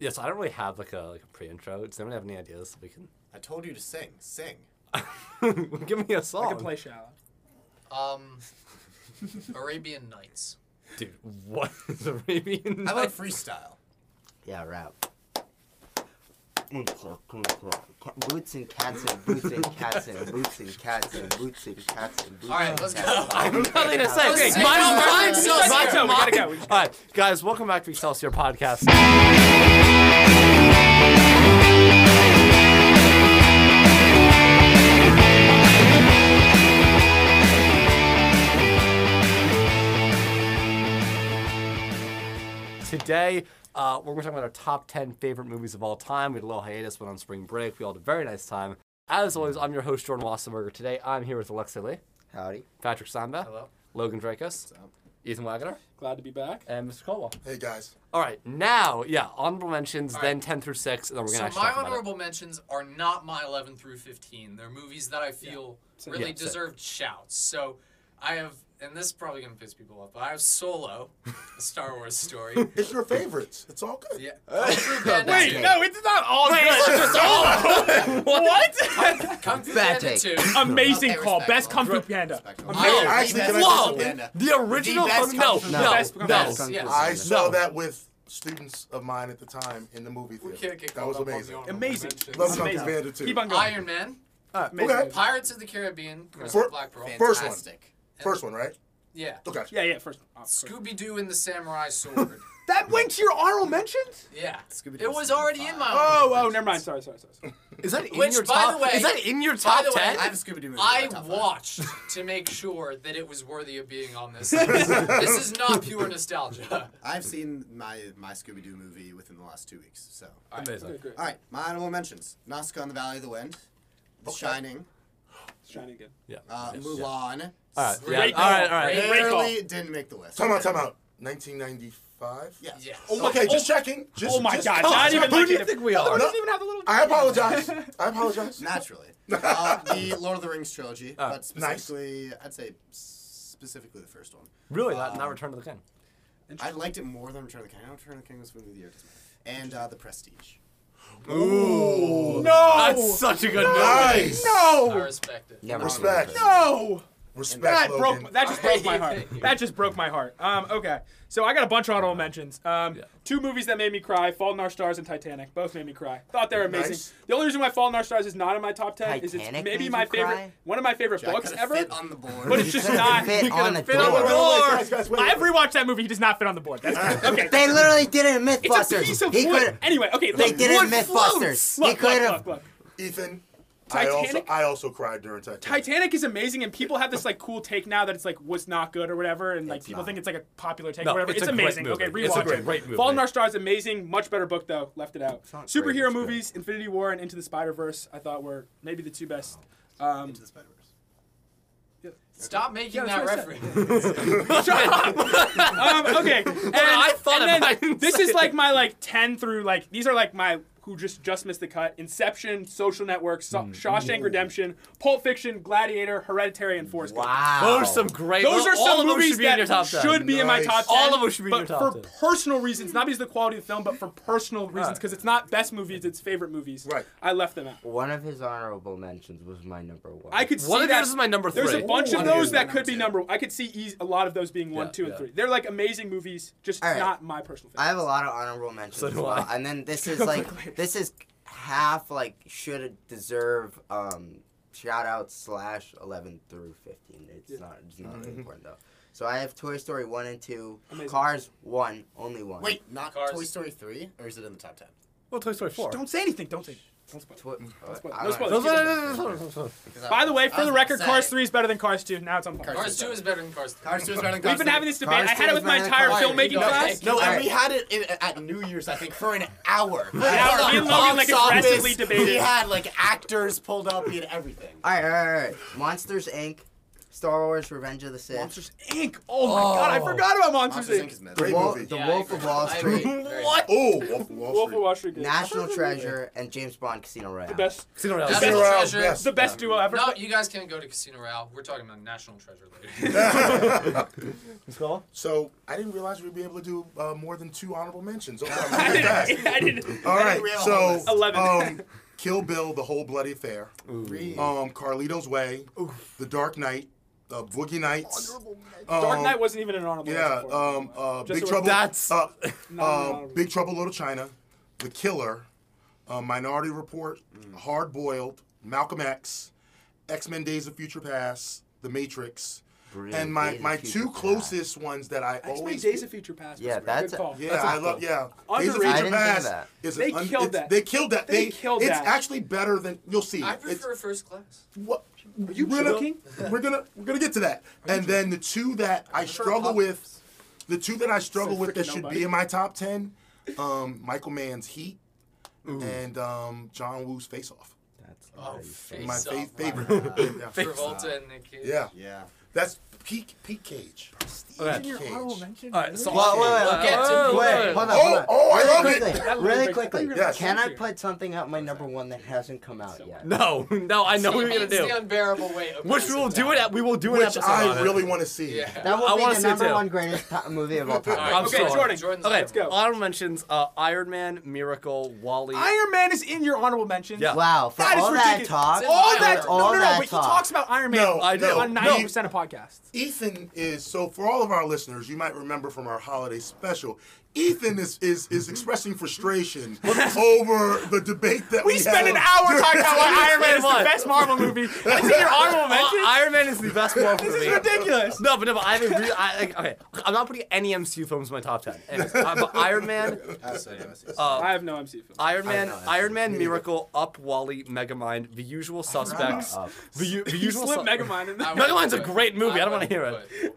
yeah, so I don't really have like a like a pre-intro. Does anyone have any ideas that we I told you to sing. Sing. can give me a song? I can play shallow. Um, Arabian Nights. Dude, what is Arabian? How about Nights? freestyle? Yeah, rap. Boots and cats and boots and cats and boots and cats and boots and cats and boots. All right, and let's cats go. and I have nothing to say. Let's Okay, see. my Come on, turn. let's My go. turn. We gotta go, All we gotta right, guys, welcome back to Excelsior Podcast. Today, uh, we're going to talk about our top 10 favorite movies of all time. We had a little hiatus, went on spring break. We all had a very nice time. As always, I'm your host, Jordan Wassenberger. Today, I'm here with Alexei Lee, Howdy. Patrick Samba, Hello. Logan Dracus, up? Ethan Wagner, Glad to be back. and Mr. Colwell. Hey guys. All right, now, yeah, honorable mentions, All then 10 through 6, and then we're going So to my actually talk about it. honorable mentions are not my 11 through 15. They're movies that I feel Same. really Yeah, same. deserved shouts. So I have, and this is probably gonna piss people off, but I have Solo, a Star Wars story. It's your favorites. It's all good. Yeah. Wait, Wait, no, it's not all Wait, what? Kung Fu Bad Panda take. 2. Amazing Okay, call. respectful. Best Kung Fu Panda. I actually, can I Whoa! just- Panda. The original, The best Kung- no, Kung Fu no, Panda. no, Best Kung Fu Panda. no. yes. I saw No. that with students of mine at the time in the movie We theater. can't get That was called up on amazing. the honorable Amazing. mentions. Love Kung Fu Amazing. Panda too. Keep on going. Iron Man, Uh, amazing. Okay. Pirates of the Caribbean, Curse For- of Black Pearl. First one. Fantastic. First one, right? Yeah. Okay. Yeah, yeah, first. oh, first. Scooby Doo and the Samurai Sword. That went to your honorable mentions? yeah. Scooby-Doo It was already in my. Oh, honorable oh, never mind. mentions. Sorry, sorry, sorry. sorry. Is that in Which, your by top? the way- is that in your top the way, ten? I have a Scooby Doo movie. I in my top five. watched to make sure that it was worthy of being on this. list. this is not pure nostalgia. I've seen my my Scooby Doo movie within the last two weeks. So. All Amazing. Okay, great. right, my honorable mentions: Nausicaa on the Valley of the Wind, The Shining, It's shining again. Yeah. uh, Yes, yeah. Mulan. All right, yeah. Great All right, all call. right. Great Barely didn't make the list. Time out. Time out. 1995. Yes. Yeah. Oh, okay, just checking. Just, oh my just- God! Not even Who like do you it- think we Oh, are? it doesn't even have a little. I apologize. I apologize. Naturally, uh, the Lord of the Rings trilogy, Ah, but specifically, I'd say specifically the first one. Really? Not, not Return to the King. I liked it more than Return of the King. I know Return of the King was movie of the year, and uh, the Prestige. Ooh. That's No. such a good movie. Nice. I No. respect it. Never Respect. mind. No. Respect. That Logan. broke. That just I broke my hate heart. you. That just broke my heart. Um. Okay. So I got a bunch of honorable mentions. Um. Yeah. Two movies that made me cry: Fault in Our Stars and Titanic. Both made me cry. Thought they were amazing. Nice. The only reason why Fault in Our Stars is not in my top ten is it's Titanic maybe made my you favorite, cry? one of my favorite Jack books could've ever. fit on the board. But it's just Could''t not. fit he could've on a fit on door. the Wait, wait, wait, guys, guys, wait, I've wait. rewatched that movie. He does not fit on the board. That's okay. They literally did it in It's a piece Mythbusters. of He wood. could. Anyway, okay. They look, did it in look, Mythbusters. He Look, could look, have. look, look. Ethan. Titanic? I also I also cried during Titanic. Titanic is amazing, and people have this like cool take now that it's like was not good or whatever, and like people think it's like a popular take No, or whatever. it's It's, a great amazing. movie. Okay, rewatch It's a it. great- great movie. Fallen in Our Stars, amazing. Much better book though. Left it out. not great, Superhero it's good. movies, Infinity War and Into the Spider Verse, I thought were maybe the two best. Um, Into the Spider-Verse. Stop making Yeah, that that's what I reference. um, okay, and, I thought about and it, I then didn't this say is it. like my like ten through like these are like my who just just missed the cut. Inception, Social Network, so- Mm. Shawshank Redemption, Pulp Fiction, Gladiator, Hereditary, and Forrest Gump. Wow. Those are some great. Those are all of some them movies should be in your top that 10. should be in my Nice. top ten. All of them should be in but your top for 10. personal reasons, not because of the quality of the film, but for personal reasons, Right. because it's not best movies, it's favorite movies. Right. I left them out. One of his honorable mentions was my number one. I could see One of that. yours is my number three. there's a bunch Ooh. of One of those yours that is could be number number. I could see eas a lot of those being one, Yeah, two, and yeah. three. They're like amazing movies, just All right. not my personal favorite. I have a lot of honorable mentions So as do well. I. And then this is like this is half like should deserve um shout out slash eleven through fifteen. It's Yeah. Mm-hmm. not it's not really important though. So I have Toy Story one and two, Amazing. Cars one, only one. Wait, not Cars. Toy Story three, or is it in the top ten? Well, Toy Story Four. Don't say anything. Don't say. Anything. Don't spoil. Tw- uh, spoil- I no don't spoilers. know. Those are- Because I- By the way, I for the was record, gonna Cars say, three is better than Cars two. Now it's on par. Cars Cars 2 is better than Cars 3. Cars two is better than Cars. We've been three. having this debate. Cars I had 2 it is with my better than entire Cars. filmmaking No, class. No, All and right. we had it in, at New Year's, I think, for an hour. An hour, me and Logan, like, aggressively debated. We had like actors pulled up, we had everything. All right, all right, all right. Monsters Inc. Star Wars: Revenge of the Sith, Monsters Inc. Oh my god, I Oh. forgot about Monsters, Monsters Inc. Inc. is The, better. Great Wol- movie. the Yeah, I Wolf of agree. Wall I agree. Street, Very What? Oh, Wolf of Wall Wolf of Street. Wall Street. National Treasure, and James Bond: Casino Royale. The best, Casino Royale. National Casino Royale, Treasure. yes. the best duo ever. No, you guys can't go to Casino Royale. We're talking about National Treasure later. Who's calling? so I didn't realize we'd be able to do uh, more than two honorable mentions. Okay, I'm I gonna get that. didn't. I didn't. All I right, think we have a whole so list. Eleven. um, Kill Bill, The Whole Bloody Affair, Three. um, Carlito's Way, The Dark Knight, The Boogie Nights, um, Dark Knight wasn't even an honorable. yeah, mention for me. um, uh, Big Just so Trouble, we're- That's- uh, no, no. um, Big Trouble in Little China, The Killer, uh, Minority Report, Mm. Hard Boiled, Malcolm X, X Men: Days of Future Past, The Matrix, Brilliant. and my Days of my Future two Past. closest ones that I X-Men always Days of Future Past. was Yeah, a good that's- call. Yeah, That's I a- love. Yeah, Underrated. Days of I didn't Future think of Past that. is They an un- killed it's- that. They killed that. They They, killed it's that. actually better than you'll see. I It's- prefer First Class. what are you we're gonna, joking? We're gonna we're gonna get to that. And then the two that I struggle with, the two that I struggle with that freaking should nobody. be in my top ten, um, Michael Mann's Heat, and um, John Woo's Face Off. That's Oh, nice. face My off. fa- favorite. yeah. Travolta and Nick Cage. yeah, Yeah. that's peak peak Cage. Okay. Cage. All right, so Well, wait, wait, We'll okay. get to wait, you wait, later. hold on, Oh, hold on. oh, I love really it. quickly, That really little bit- quickly. Yes. Can I put something up my number one that hasn't come out yet? No, no, I know what He we're gonna means the do. unbearable weight. Of Which we will do it at. We will do an Which episode. on I it. really want to see. Yeah. That will I wanna be the see it number too. one greatest po- movie of all time. All right, I'm Okay, sorling. Jordan. Jordan's Okay, let's go. Honorable mentions: uh, Iron Man, Miracle, Wally. Iron Man is in your honorable mentions. Yeah. Wow, for That is all that ridiculous. talk, It's All Iron that, Man. for all no, no, no, that but he talk. talks about Iron Man No, I do. on no. 90% of podcasts. Ethan is so for all of our listeners, you might remember from our holiday special. Ethan is is, is expressing frustration over the debate that we, We spend had. an hour talking about why Iron Man is the What? best Marvel movie. That's in your honorable Uh, mention? Iron Man is the best one for This is me. ridiculous. No, but no, but I haven't really. I, like, okay, I'm not putting any MCU films in my top ten. Anyways, uh, but Iron Man, I see, I see. uh, I have no MC film. Iron Man, know, that's Iron Man, me. Miracle, Up, Wally, Megamind, The Usual Suspects, Up. The, U- the You Usual slip Su- Megamind in there. Mega Mind's a great movie. I don't wanna hear it. Oh.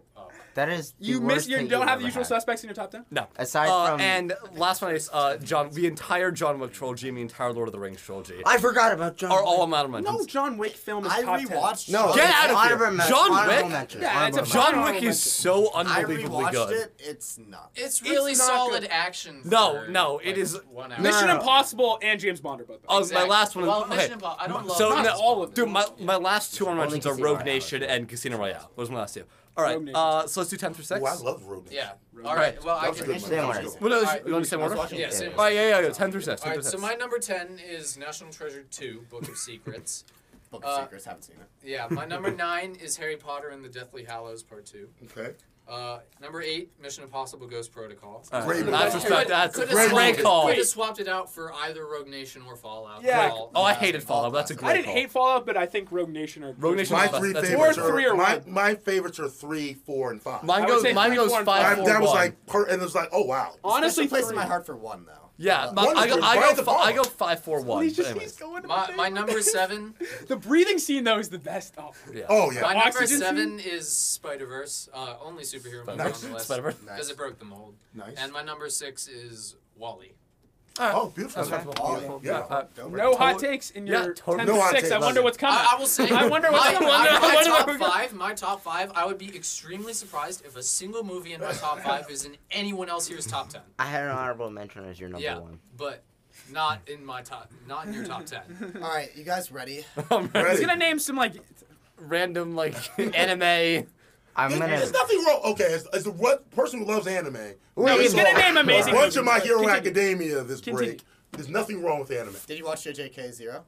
That is the You miss. worst You thing don't you've have the ever usual had. suspects in your top ten. No. Aside Uh, from- and last one is uh, John, the entire John Wick trilogy, and the ententire Lord of the Rings trilogy I forgot about John. are Wick. all amount of mentions. No John Wick film is I top rewatched. No, Get it's out of here. honorable men- John honorable Wick? mentions, Yeah, honorable it's a mentions. John Wick is so I unbelievably rewatched good. it. It's not. It's really not solid good. action. No, for, no, it like, is- one hour. 10. Mission No. Impossible and James Bond are both. Oh, Exactly. my last one. Well, okay. Mission Impossible. I don't love So Mission no, Impossible. dude, my, my last two honorable Only mentions are Casino Rogue Royale. Nation and Casino Royale. Those are my last two. All right, Rogue Nation. uh, so let's do ten through six. Oh, I love Road Yeah. Right. All right. Well, I That was a can. good one. That was a good one. What else? All right, You want to say more? Yeah, All same right, yeah, yeah, yeah. Ten through six. All 10 right, through so six. my number 10 is National Treasure 2, Book of Secrets. Book Uh, of Secrets. Haven't seen it. yeah, my number 9 is Harry Potter and the Deathly Hallows Part 2. Okay. Uh, number 8, Mission Impossible Ghost Protocol. All right, Great that's move. respect. That's a Could great, have great call. Could have swapped it out for either Rogue Nation or Fallout. Yeah. Well, Oh, I yeah. hated Fallout. but That's a great I didn't call. hate Fallout, but I think Rogue Nation are. Rogue Nation- My That's- three that's- favorites Or three are or my, one. my favorites are three, four, and five. Mine would goes. say Mine three, goes four, and five, I, five. four, that was one. like per, and it was like oh wow. Honestly, Special place three. in my heart for one though. Yeah, my, One I is go. good. I Why go. the fi- I bomb? go five, four, one. He's just Anyways. he's going to My, the my thing. number 7 The breathing scene though is the best. Oh, Yeah. Oh yeah. My number Oxygen seven is Spider Verse, uh, only superhero movie Nice. on the list Spider-Verse. because Nice. it broke the mold. Nice. And my number six is Wally. oh beautiful. That's respectable. Oh, Beautiful. yeah. All right. Don't Uh, no hot Totally- takes in Yeah, your totally. 10 No to hot 6. takes. I wonder what's coming. I, I will say, I wonder what's my, coming. my- I my wonder what's top coming. five. My top five. I would be extremely surprised if a single movie in my top five is in anyone else here's top ten. I had an honorable mention as your number yeah, one. but not in my top. Not in your top ten. All right, you guys ready? Um, He's Ready? gonna name some like. Random like anime. I'm gonna. There's nothing wrong. Okay, as, as the one person who loves anime, No, Wait, he's gonna name amazing. bunch of My movies. Hero Continue. Academia this Continue. break. There's nothing wrong with anime. Did you watch JJK Zero?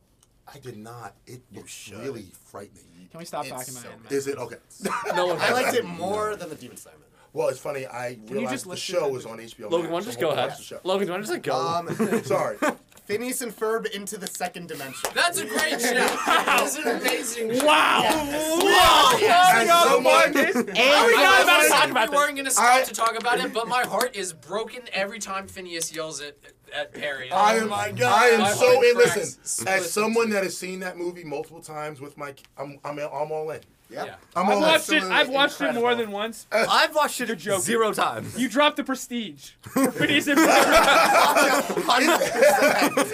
I did not. It looks really frightening. Can we stop It's talking so about bad. it? Is it okay? No one. I liked it more than the Demon Slayer. movie. well, it's funny. I just realized the list show it? is on HBO. Logan, Max, why don't so you just go I'm gonna ahead? watch the show. Logan, why don't you just go? Um, Sorry. Phineas and Ferb into the second dimension. That's a great show. That's an amazing. Show. Wow! Wow! Yes. Coming up, Someone- Marcus. How we not I about to said talk about we this? weren't going to stop I- to talk about it, but my heart is broken every time Phineas yells at at Perry. I am. my God. I am My so heart in. cracks. Listen, Listen. as someone that has seen that movie multiple times with my, I'm, I'm, I'm all in. Yeah. Yeah. I'm I've all watched it. absolutely I've watched it more incredible. than once. I've watched it You're joking. zero times. You dropped the prestige for Phineas and Ferb.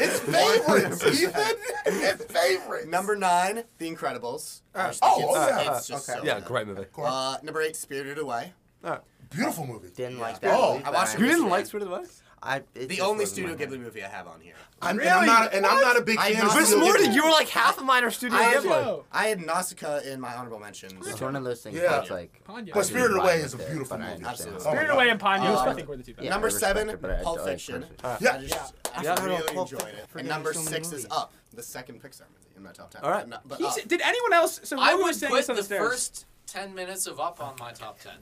It's favorites, Ethan. It's favorites. Number nine, The Incredibles. Gosh, oh, it's- oh, yeah. It's just Okay. so yeah, good. great movie. Cool. Uh, number eight, Spirited Away. Beautiful movie. Didn't like Yeah. that. Oh, movie, I but watched it You with- didn't like Spirit of the West? I, it The just only wasn't Studio my Ghibli movie I have on here. I'm, and I'm not. And I'm not a big I fan. know. of This This Studio morning, Ghibli. you were like half of mine are Studio I- Ghibli. I had Nausicaa in my honorable mentions. It's one of those things Yeah. that's like. Ponyo. But I Spirited didn't Away vibe is a with it, beautiful but I movie. understand. Absolutely. Oh my Spirit God. Away and Ponyo. Uh, I think were the two best. Yeah, Number I respect seven, it, but I Pulp don't Fiction. appreciate it. Yeah. I just, I Yeah. really Pulp enjoyed Fiction. it. And Forgetting number so many six is movies. Up, the second Pixar movie in my top ten. All right. No, but He Up. said- Did anyone else? So I Logan would was saying put this on the the stairs. first ten minutes of Up on my top ten,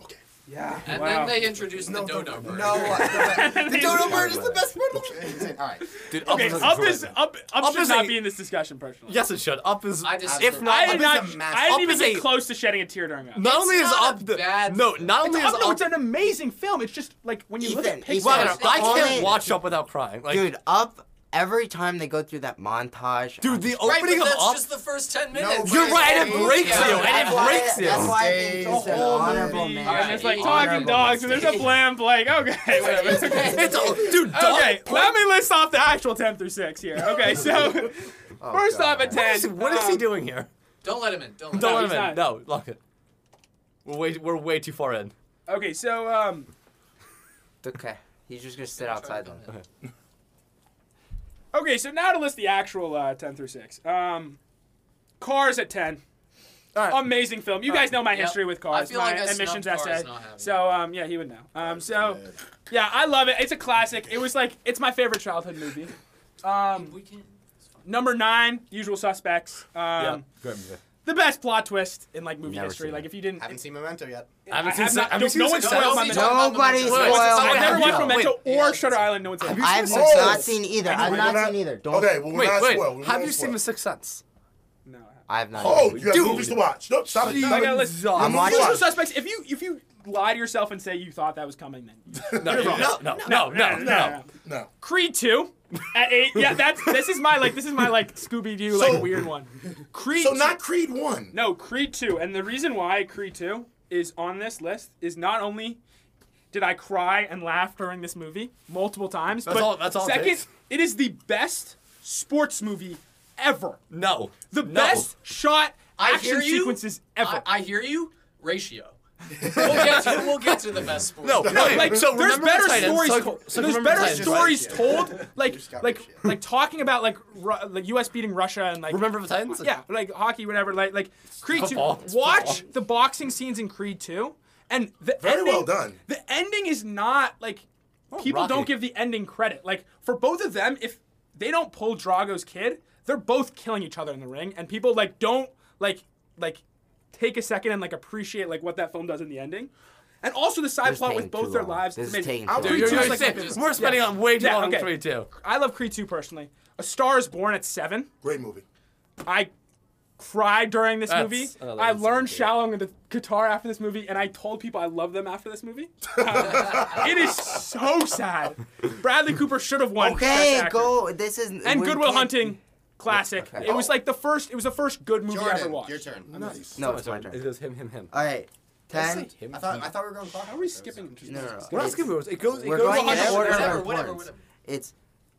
Yeah. and wow. then they introduced No, the dodo no, bird. No, the, the Dodo Bird is the best bird. All right. Dude, Okay, is up great. is up. Up, Up should is not a- be in this discussion personally. Yes, it should. Up is. I just- if I not, did Up is not. a massive- I Up didn't even is get a- close to shedding a tear during that. not only is not up a the bad no, film. not It's, only up, is no, up. it's an amazing film. It's just like when you look at Ethan, Pixar. Ethan, Well, I Only- can't watch up without crying. Like, Dude, up every time they go through that montage. Dude, I'm the just- Right, but opening of that's Up. just the first ten minutes. You're right, and it Yeah. breaks you, and That's it why- breaks you. That's why I think it's an Whole honorable movie. man. And it's like Alright, talking Honorable dogs, and mention. there's a blimp. Like, okay, whatever. It's okay. it's a, dude. Dog, Okay, let me list off the actual 10 through 6 here. Okay, so first God. off at Oh, What is, 10. what is he um, doing here? Don't let him in. Don't let Don't him let in. him he's in. not. No, lock it. We're way, we're way too far in. Okay, so um, Okay, he's just gonna sit outside then. okay, so now to list the actual uh, 10 through 6. Um, Cars at 10. All right. Amazing film. You guys know my Yep. history with I Cars, feel my like I snubbed admissions Cars essay. not having So um, yeah, he would know. Um, so yeah, I love it. It's a classic. It was like it's my favorite childhood movie. Um, We can. it's fine. number nine, Usual Suspects. Um, Yeah, great movie. the best plot twist in like movie Never history. seen Like it. if you didn't, Haven't seen Memento yet. I haven't I seen. have Se- not- have you don't- seen no one Success? spoils Don't my be Memento. talking about Nobody Memento. spoil- It's- I've Wait, never have watched you- Memento wait. or Shutter Island. No one's ever. you I've seen- Oh! not seen either. We're I've not- not seen either. Don't. Okay, well, we're Wait, not wait. spoiled. We Have won't you seen spoil. The Sixth Sense? No. I- I've not. Oh, seen you have Dude. movies to watch. Nope, stop Jeez. it. I Stop gotta it. listen. I'm I'm watching- Usual Suspects. If you if you lie to yourself and say you thought that was coming, then No, You're no, wrong. no, no, no, no, no. No. Creed two at eight. Yeah, that's this is my like this is my like Scooby Doo So- like weird one. Creed. So not Creed one. no Creed two, and the reason why Creed two is on this list is not only did I cry and laugh during this movie multiple times, That's but all- that's all it second, takes. it is the best sports movie ever. No. The No. best shot I action hear you. sequences ever. I, I hear you. Ratio. We'll get to, we'll get to the best sports. No, movie. no, like so there's remember better the Titans, stories so- told. so there's remember the better Titans, right? stories told. Like just got like ratio. like talking about like Ru- like U.S. beating Russia and like Remember the Titans? yeah like hockey whatever like like Creed two. Football. It's Watch the boxing scenes in Creed two, and the Very ending- well done. The ending is not like Oh, people Rocky. don't give the ending credit. Like for both of them, if they don't pull Drago's kid, they're both killing each other in the ring, and people like don't like like take a second and like appreciate like what that film does in the ending. And also the side This is plot taking with both too their long. lives. is This is amazing. taking I'll too Dude, read you're, two, you're like, sick. just- We're spending on way too Yeah, long on okay. Creed two. I love Creed 2 personally. A Star is Born at 7. Great movie. I cried during this That's movie. another I insane learned movie. shallow and the guitar after this movie, and I told people I love them after this movie. Um, it is so sad. Bradley Cooper should have won. Okay, Best Actor. go. This is And we Goodwill can't- Hunting, classic. Okay. It was like the first. It was the first good movie I ever Jordan, watched. your turn. Nice. No, it's my It turn. goes him, him, him. All right, ten. Him, I thought him. I thought we were going clock. How are we skipping? No, no, no. We're not It's- skipping rules. It goes. It We're goes going on in the order order. of whatever, whatever, importance. whatever. It's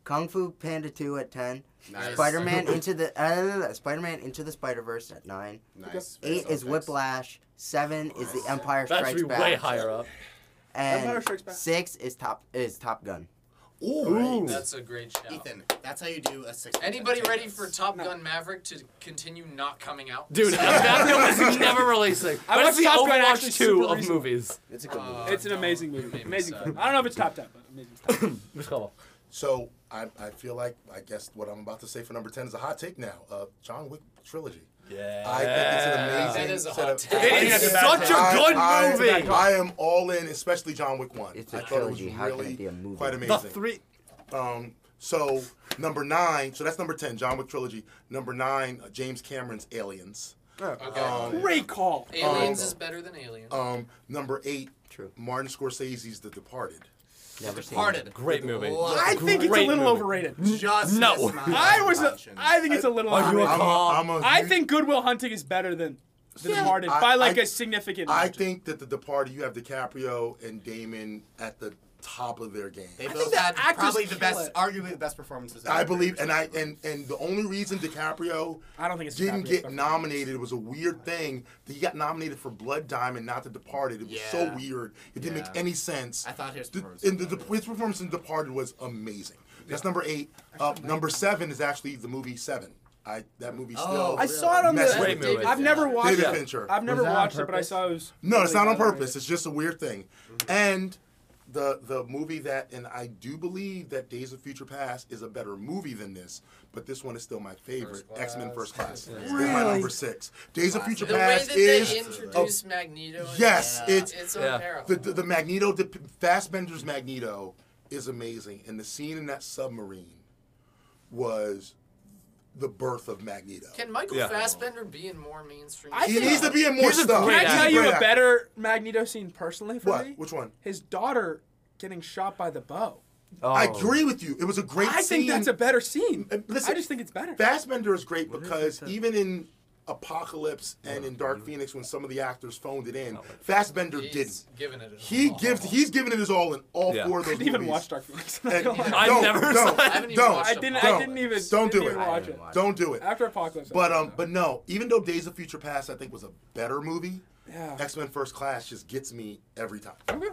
Kung Fu Panda two at ten. Nice. Spider Man into the uh, Spider Man into the Spider Verse at nine. Nice. Eight is Whiplash. Seven is The Empire That Strikes should be Back. way higher up. Empire And Strikes Back. six is Top is Top Gun. Ooh. That's a great shout. Ethan, that's how you do a six. Anybody ready for Top Gun Maverick to continue not coming out? Dude, that film is never releasing. I watched That's the Top Gun actually Overwatch super 2 of recently. movies. It's a good Uh, movie. It's an don't. amazing You movie. made me Amazing sad. film. I don't know if it's top ten, but amazing. Film. Miss Cobble. So I, I feel like I guess what I'm about to say for number ten is a hot take now. Uh, John Wick trilogy. Yeah. I think it's an amazing. That is a set hot of- take. It I- is I- such a good I- movie. I am all in, especially John Wick one. It's a a trilogy. How can it be a movie? Quite The The amazing. three. Um, so number nine. So that's number ten. John Wick trilogy. Number nine. Uh, James Cameron's Aliens. Okay. Oh. Great call. Aliens is better than Aliens. Um, number eight. True. Martin Scorsese's The Departed. Never seen. it. Departed. Great movie. I think it's a Great little movie. overrated. Just No. missed my I was. mention. I think it's a little. Are you overrated. a- I'm a, Call. I'm a I huge- think Goodwill Hunting is better than The Yeah. Departed I- by like I- a significant. I margin. think that the Departed, you have DiCaprio and Damon at the top of their game. They think both the had actors probably the kill best, it. arguably the best performances. I ever. believe, and I and and the only reason DiCaprio I don't think it's didn't DiCaprio's get performance. nominated was a weird thing that he got nominated for Blood Diamond, not The Departed. It was so Yeah. weird; it didn't make Yeah. any sense. I thought his The- performance. and the, the, his performance in Departed was amazing. That's number eight. Uh, number seven is actually the movie Seven. I that movie still. Oh, I saw it on Messed the. with me with I've it. never watched David it. Fincher. I've never Was that on watched it, but I purpose? saw it was. No, it's really not on bad rated. purpose. It's just a weird thing. Mm-hmm. And the the movie that, and I do believe that Days of Future Past is a better movie than this, but this one is still my favorite. Class. X Men First Class. Yeah. It's my Really? number six. Days of Future The way Past that they is introduce Magneto. in yes, this, it's- it's Yeah. unparalleled. the, the the Magneto. The Fastbender's Magneto is amazing, and the scene in that submarine was the birth of Magneto. Can Michael Yeah. Fassbender be in more mainstream? I he think- needs to be in more Here's a stuff. great Can I Yeah, tell he's you Great a actor. better Magneto scene personally for What? me? Which one? His daughter getting shot by the bow. Oh. I agree with you. It was a great I scene. think that's a better scene. Uh, listen, I just think it's better. Fassbender is great because even in Apocalypse and in Dark Phoenix, when some of the actors phoned it in, Fassbender He's didn't. Giving it. He gives. He's given it his all in all Yeah. four of I those didn't even movies. watch Dark Phoenix. And don't, I don't, never don't, saw it. don't, I haven't even watched I didn't. I Don't. didn't even. didn't Don't do even it. Watch it. Don't do it. After Apocalypse. I But watched um, but no. Even though Days of Future Past, I think was a better movie. Yeah. X Men First Class just gets me every time. it. Okay.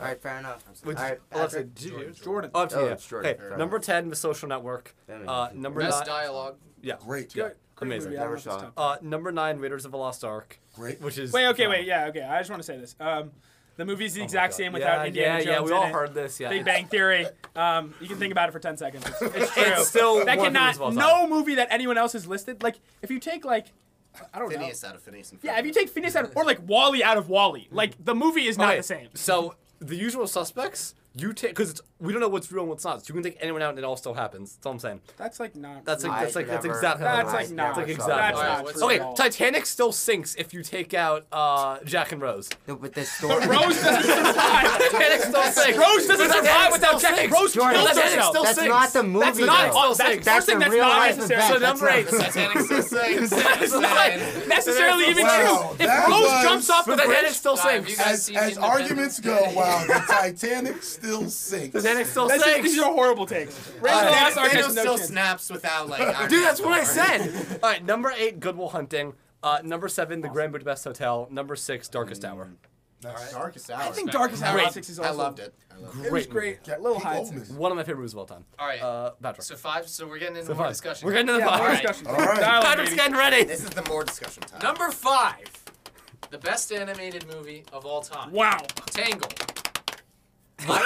All right, fair enough. All Which, right, Alexa, Patrick. did you- Jordan. Oh, it's Oh, yeah. it's Jordan. Okay, Fair enough. number ten, The Social Network. That makes Uh, sense. number Best nine, dialogue. yeah. Great. Good. Great Amazing. movie. I don't Never know if it's saw it. top Uh, number nine, Raiders of the Lost Ark. Great. Which is Wait, okay, wait, yeah, okay. I just want to say this. Um, the movie's Oh the exact same without yeah, Indiana yeah, Jones. yeah. We in all it. heard this. Yeah, Big Bang Theory. Um, you can think about it for ten seconds. It's, it's true. It's still that one of the movies cannot. of all time. No movie that anyone else has listed. Like if you take like, I don't know. Phineas out of Phineas and Ferb. Yeah, if you take Phineas out of, or like Wally out of Wally, like the movie is not Hmm. Okay, the same. So the usual suspects, you take because we don't know what's real and what's not. So you can take anyone out and it all still happens. That's all I'm saying. That's like not. That's like I that's like that's never- exactly how it That's works. like I not. That's like never exactly. saw That's that. Alright, not what's- true Okay, at all. Titanic still sinks if you take out uh, Jack and Rose. No, but the But story. Rose doesn't survive. Titanic still sinks. Rose doesn't Titanic survive still without Jack- sinks. Rose Jordan, kills Titanic herself. still That's sinks. not the movie. That's not though. all That's sinks. the That's first thing a that's real not life necessary. event. So That's number not- eight. Titanic sinks. It's not necessarily even Wow, true. If that Rose was- jumps off, but Titanic still Guy, have sinks. you guys As, seen as Independence arguments go, Day? wow, the Titanic still sinks. Titanic still That's just, sinks. these are horrible Uh, takes. Thanos- Raise the last Thanos artist, no still chance. snaps without like. Dude, that's what I said. All right, number eight, Goodwill Hunting. Uh, number seven, The Grand Budapest Hotel. Number six, Darkest Hour. That's- Darkest hour. I think Darkest Hour Great. Six is I also. loved it. I loved It was Great great. Get Little Pete high. Oldman. One of my favorite movies of all time. All right. Uh, Patrick. so five. So we're getting into So more five. discussion. We're getting into the Yeah, five. more Alright. discussion. All right. Dialogue, Patrick's baby. getting ready. This is the more discussion time. Number five. The best animated movie of all time. Wow. Tangled. I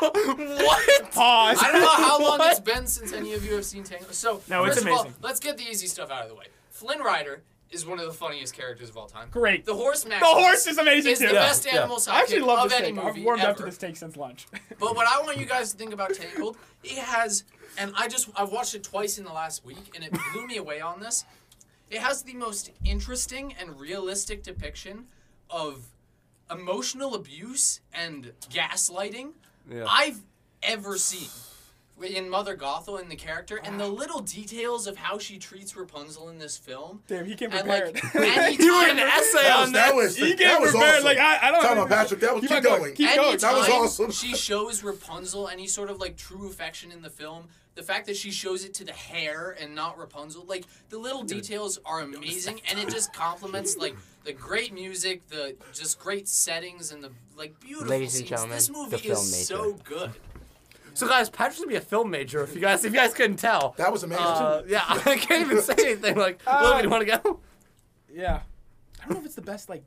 don't know. what? Pause. I don't know how long it's been since any of you have seen Tangled. So No, it's first of all, amazing. let's get the easy stuff out of the way. Flynn Rider is one of the funniest characters of all time. Great. The horse Max. The horse is amazing is the too. best yeah. animal I actually sidekick love of this any take. movie I've warmed ever. up to this take since lunch. But what I want you guys to think about Tangled, it has, and I just I've watched it twice in the last week, and it blew me away on this. It has the most interesting and realistic depiction of emotional abuse and gaslighting Yeah. I've ever seen in Mother Gothel and the character, and the little details of how she treats Rapunzel in this film. Damn, he came And prepared. like You wrote an anytime, essay That on was, that was, He came that was prepared. awesome. Like I, I don't. Time out, Patrick. That was Keep keep on going. Keep going. anytime That was awesome. she shows Rapunzel any sort of like true affection in the film, the fact that she shows it to the hair and not Rapunzel, like the little details are amazing, and it just complements like the great music, the just great settings, and the like beautiful Ladies and scenes. gentlemen, this the movie filmmaker. is so good. So guys, Patrick's gonna be a film major. If you guys, if you guys couldn't tell. That was amazing. Uh, yeah, I can't even say anything. Like, Logan, you want to go? Yeah. I don't know if it's the best. Like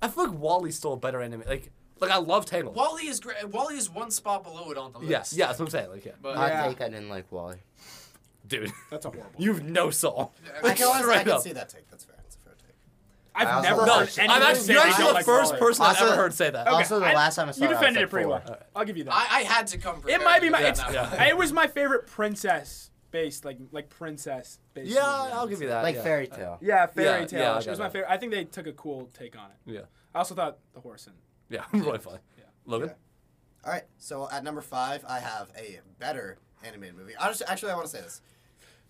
I feel like Wally's still a better anime. Like, like I love Tangled. Wally is great. Wally is one spot below it on the list. yes, yeah, that's what I'm saying. Like, yeah. But Hot Yeah. take. I didn't like Wally. dude, that's a horrible. you've no soul. I can, honestly- I Straight can up. see that take. That's fair. That's a fair take. I I've also never No, heard watched it. anyone I'm actually, say you're they actually don't the like first Wally. person I've Also- ever heard say that. Okay, Also, the I- last time I saw it, you I was defended like it pretty four. well. I'll give you that. I, I had to come prepared. it might be to my. that It's, one. It was my favorite princess based, like like princess based. Yeah, movie. I'll give you that. Like yeah. fairy tale. Yeah, fairy Yeah, tale. yeah, I it got was my that. favorite. I think they took a cool take on it. Yeah, I also thought the horse and yeah, really funny. Yeah. Logan. Yeah. All right. So at number five, I have a better animated movie. I just, actually, I want to say this.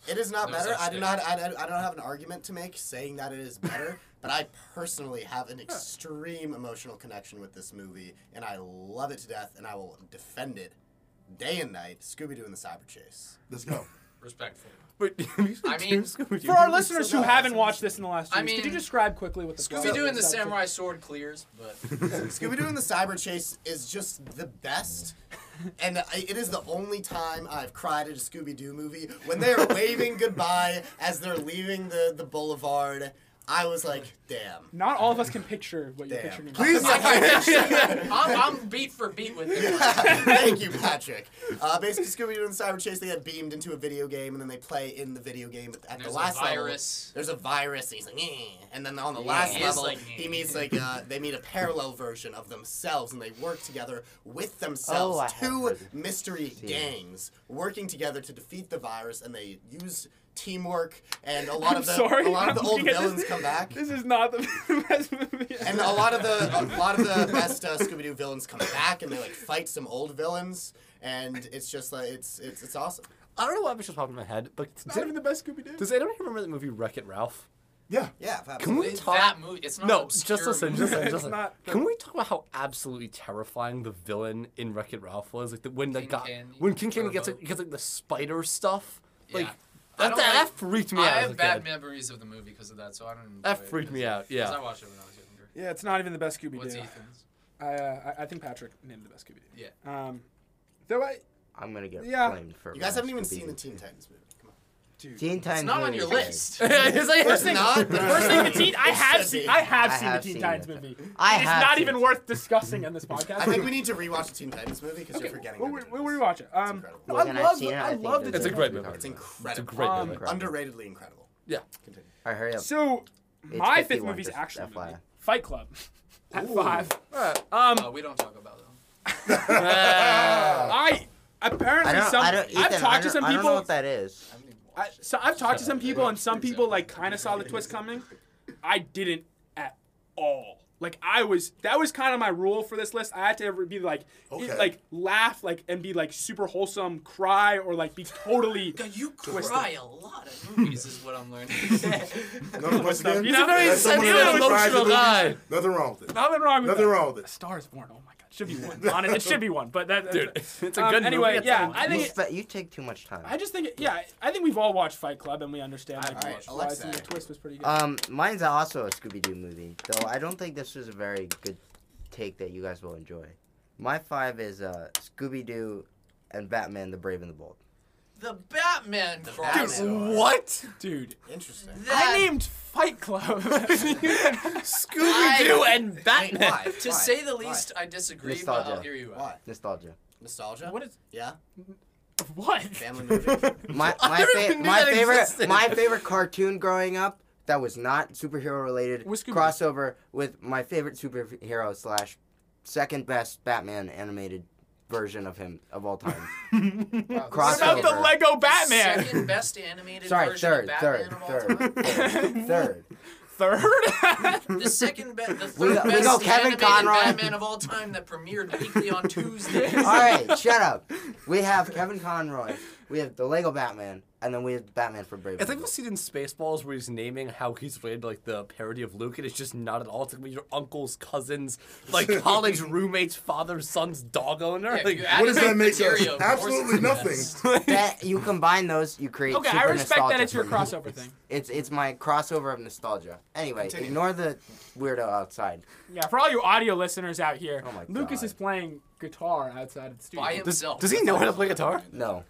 It is not No better. such I do thing. not. I, I- I don't have an argument to make saying that it is better. but I personally have an extreme emotional connection with this movie, and I love it to death, and I will defend it day and night. Scooby Doo and the Cyber Chase. Let's go. Respectfully. But I mean, For our listeners who haven't watched this in the last two I weeks, could you mean, describe quickly what the plot Scooby Doo is? and the That's it. Samurai Sword clears, but Scooby Doo and the Cyber Chase is just the best. And I- it is the only time I've cried at a Scooby Doo movie. When they're waving goodbye as they're leaving the, the boulevard, I was like, damn. Not all of us can picture what you're Damn. picturing. Please, I'm, I'm beat for beat with it. Thank you, Patrick. Uh, basically, Scooby Doo and the Cyber Chase, they get beamed into a video game and then they play in the video game at, at the There's a last level, virus. there's a virus, and he's like, eh. and then on the last He is level, like, eh. he meets like uh, they meet a parallel version of themselves, and they work together with themselves. Oh, I have Two heard this. mystery gangs working together to defeat the virus, and they use teamwork. And a lot I'm of the sorry. a lot of I'm the old looking at villains this. come back. This is not the best movie. And a lot of the a lot of the best uh, Scooby Doo villains come back, and they like fight some old villains, and it's just like it's it's it's awesome. I don't know why this just popped in my head, but It's not even the best Scooby Doo. does anybody remember the movie Wreck It Ralph? Yeah. Yeah, Can we It's talk? that movie. It's not an no, obscure just listen, movie. just listen, It's just listen. not- Can we talk about how absolutely terrifying the villain in Wreck It Ralph was? Like the, when the King guy, Candy, when King Candy gets Turbo. like, gets like the spider stuff, like Yeah. I that, don't that, like- that freaked me out. I as a have bad kid. memories of the movie because of that, so I don't. enjoy That it freaked me as- out, yeah. 'cause I watched it when I was younger. Yeah, it's not even the best Scooby What's Doo. Ethan's? I, uh, I I think Patrick named the best Scooby Doo. Yeah. Um, though I, I'm gonna get Yeah. blamed for. You guys haven't even Scooby-Doo. seen the Teen Titans movie. Come on. dude, Teen Titans. It's not on Movie your is great. list. It's like- It's not. The First thing the teen, I It have should be. seen, I have I seen have the Teen seen Titans it. movie. I It's have not seen even it. worth discussing in this podcast. I think we need to rewatch the Teen Titans movie because you're forgetting. We'll, how we good it we'll is. rewatch it. Um, incredible. no, More I than I've love, seen the, it, I think love the. It's there's a movie great we movie. talked It's about. It's a incredible. great Um, movie. Underratedly incredible. Yeah. Continue. All right, hurry up. So It's my fifth 51, movie is just actually a FYI. movie. Fight Club. At five. Um, Uh, we don't talk about them. I apparently I don't. some I don't. Ethan, I've talked I to don't, some I don't know people. what that is. I, so I've talked to some people, and some people like kind of saw the twist coming. I didn't at all. Like I was, that was kind of my rule for this list. I had to ever be like, it- Okay. like laugh, like and be like super wholesome, cry, or like be totally. God, you Twisted. cry a lot at movies, is what I'm learning. Another once again. You know, very that's someone who sensitive, doesn't cry at the emotional movies. guy. Nothing wrong with it. Nothing wrong with Nothing that. wrong with A it. Star is born. Oh my god, should be one. Honest, it should be one. But that, Dude, it's a um, good anyway, movie. yeah, I You, think. It, spe- you take too much time. I just think, it, yeah, I think we've all watched Fight Club and we understand like, Alright, why Alexa. some of the twist was pretty good. Um, mine's also a Scooby Doo movie, though I don't think this was a very good take that you guys will enjoy. My five is uh, Scooby Doo and Batman: The Brave and the Bold. the Batman Batman. cries. Dude, What? Dude, Interesting. That- I named Fight Club. Scooby Doo I- and Batman. Why? To Why? say the Why? least, I disagree, but Nostalgia. I'll hear you out. Why? Nostalgia. Nostalgia? What is Yeah. what? Family movie. My I my, don't even fa- knew my that favorite existed. my favorite cartoon growing up that was not superhero related Was Scooby-Doo. crossover with my favorite superhero slash second best Batman animated version of him of all time. What about the Crossover. Lego Batman? Second best animated Sorry, version third, of third, Batman of all third, time. third, third. Third. The second best, the third We go- we best go Kevin animated Conroy. Batman of all time that premiered weekly on Tuesdays. All right, shut up. We have Kevin Conroy, we have the Lego Batman, and then we have Batman for Brave. I and think the we'll see it in Spaceballs where he's naming how he's related to like the parody of Luke, and it's just not at all. It's like your uncle's cousins, like college roommates, father, son's dog owner. Yeah, like, you what added is Does that? that make us? Material, of course Absolutely it's the nothing. best. Bold. That you combine those, you create. okay, I super respect that nostalgia it's your for me. crossover thing. It's it's my crossover of nostalgia. Anyway, Continue. ignore the weirdo outside. Yeah, for all you audio listeners out here, Oh my Lucas God. is playing guitar outside of the studio. By himself. Does he know how to play guitar? No,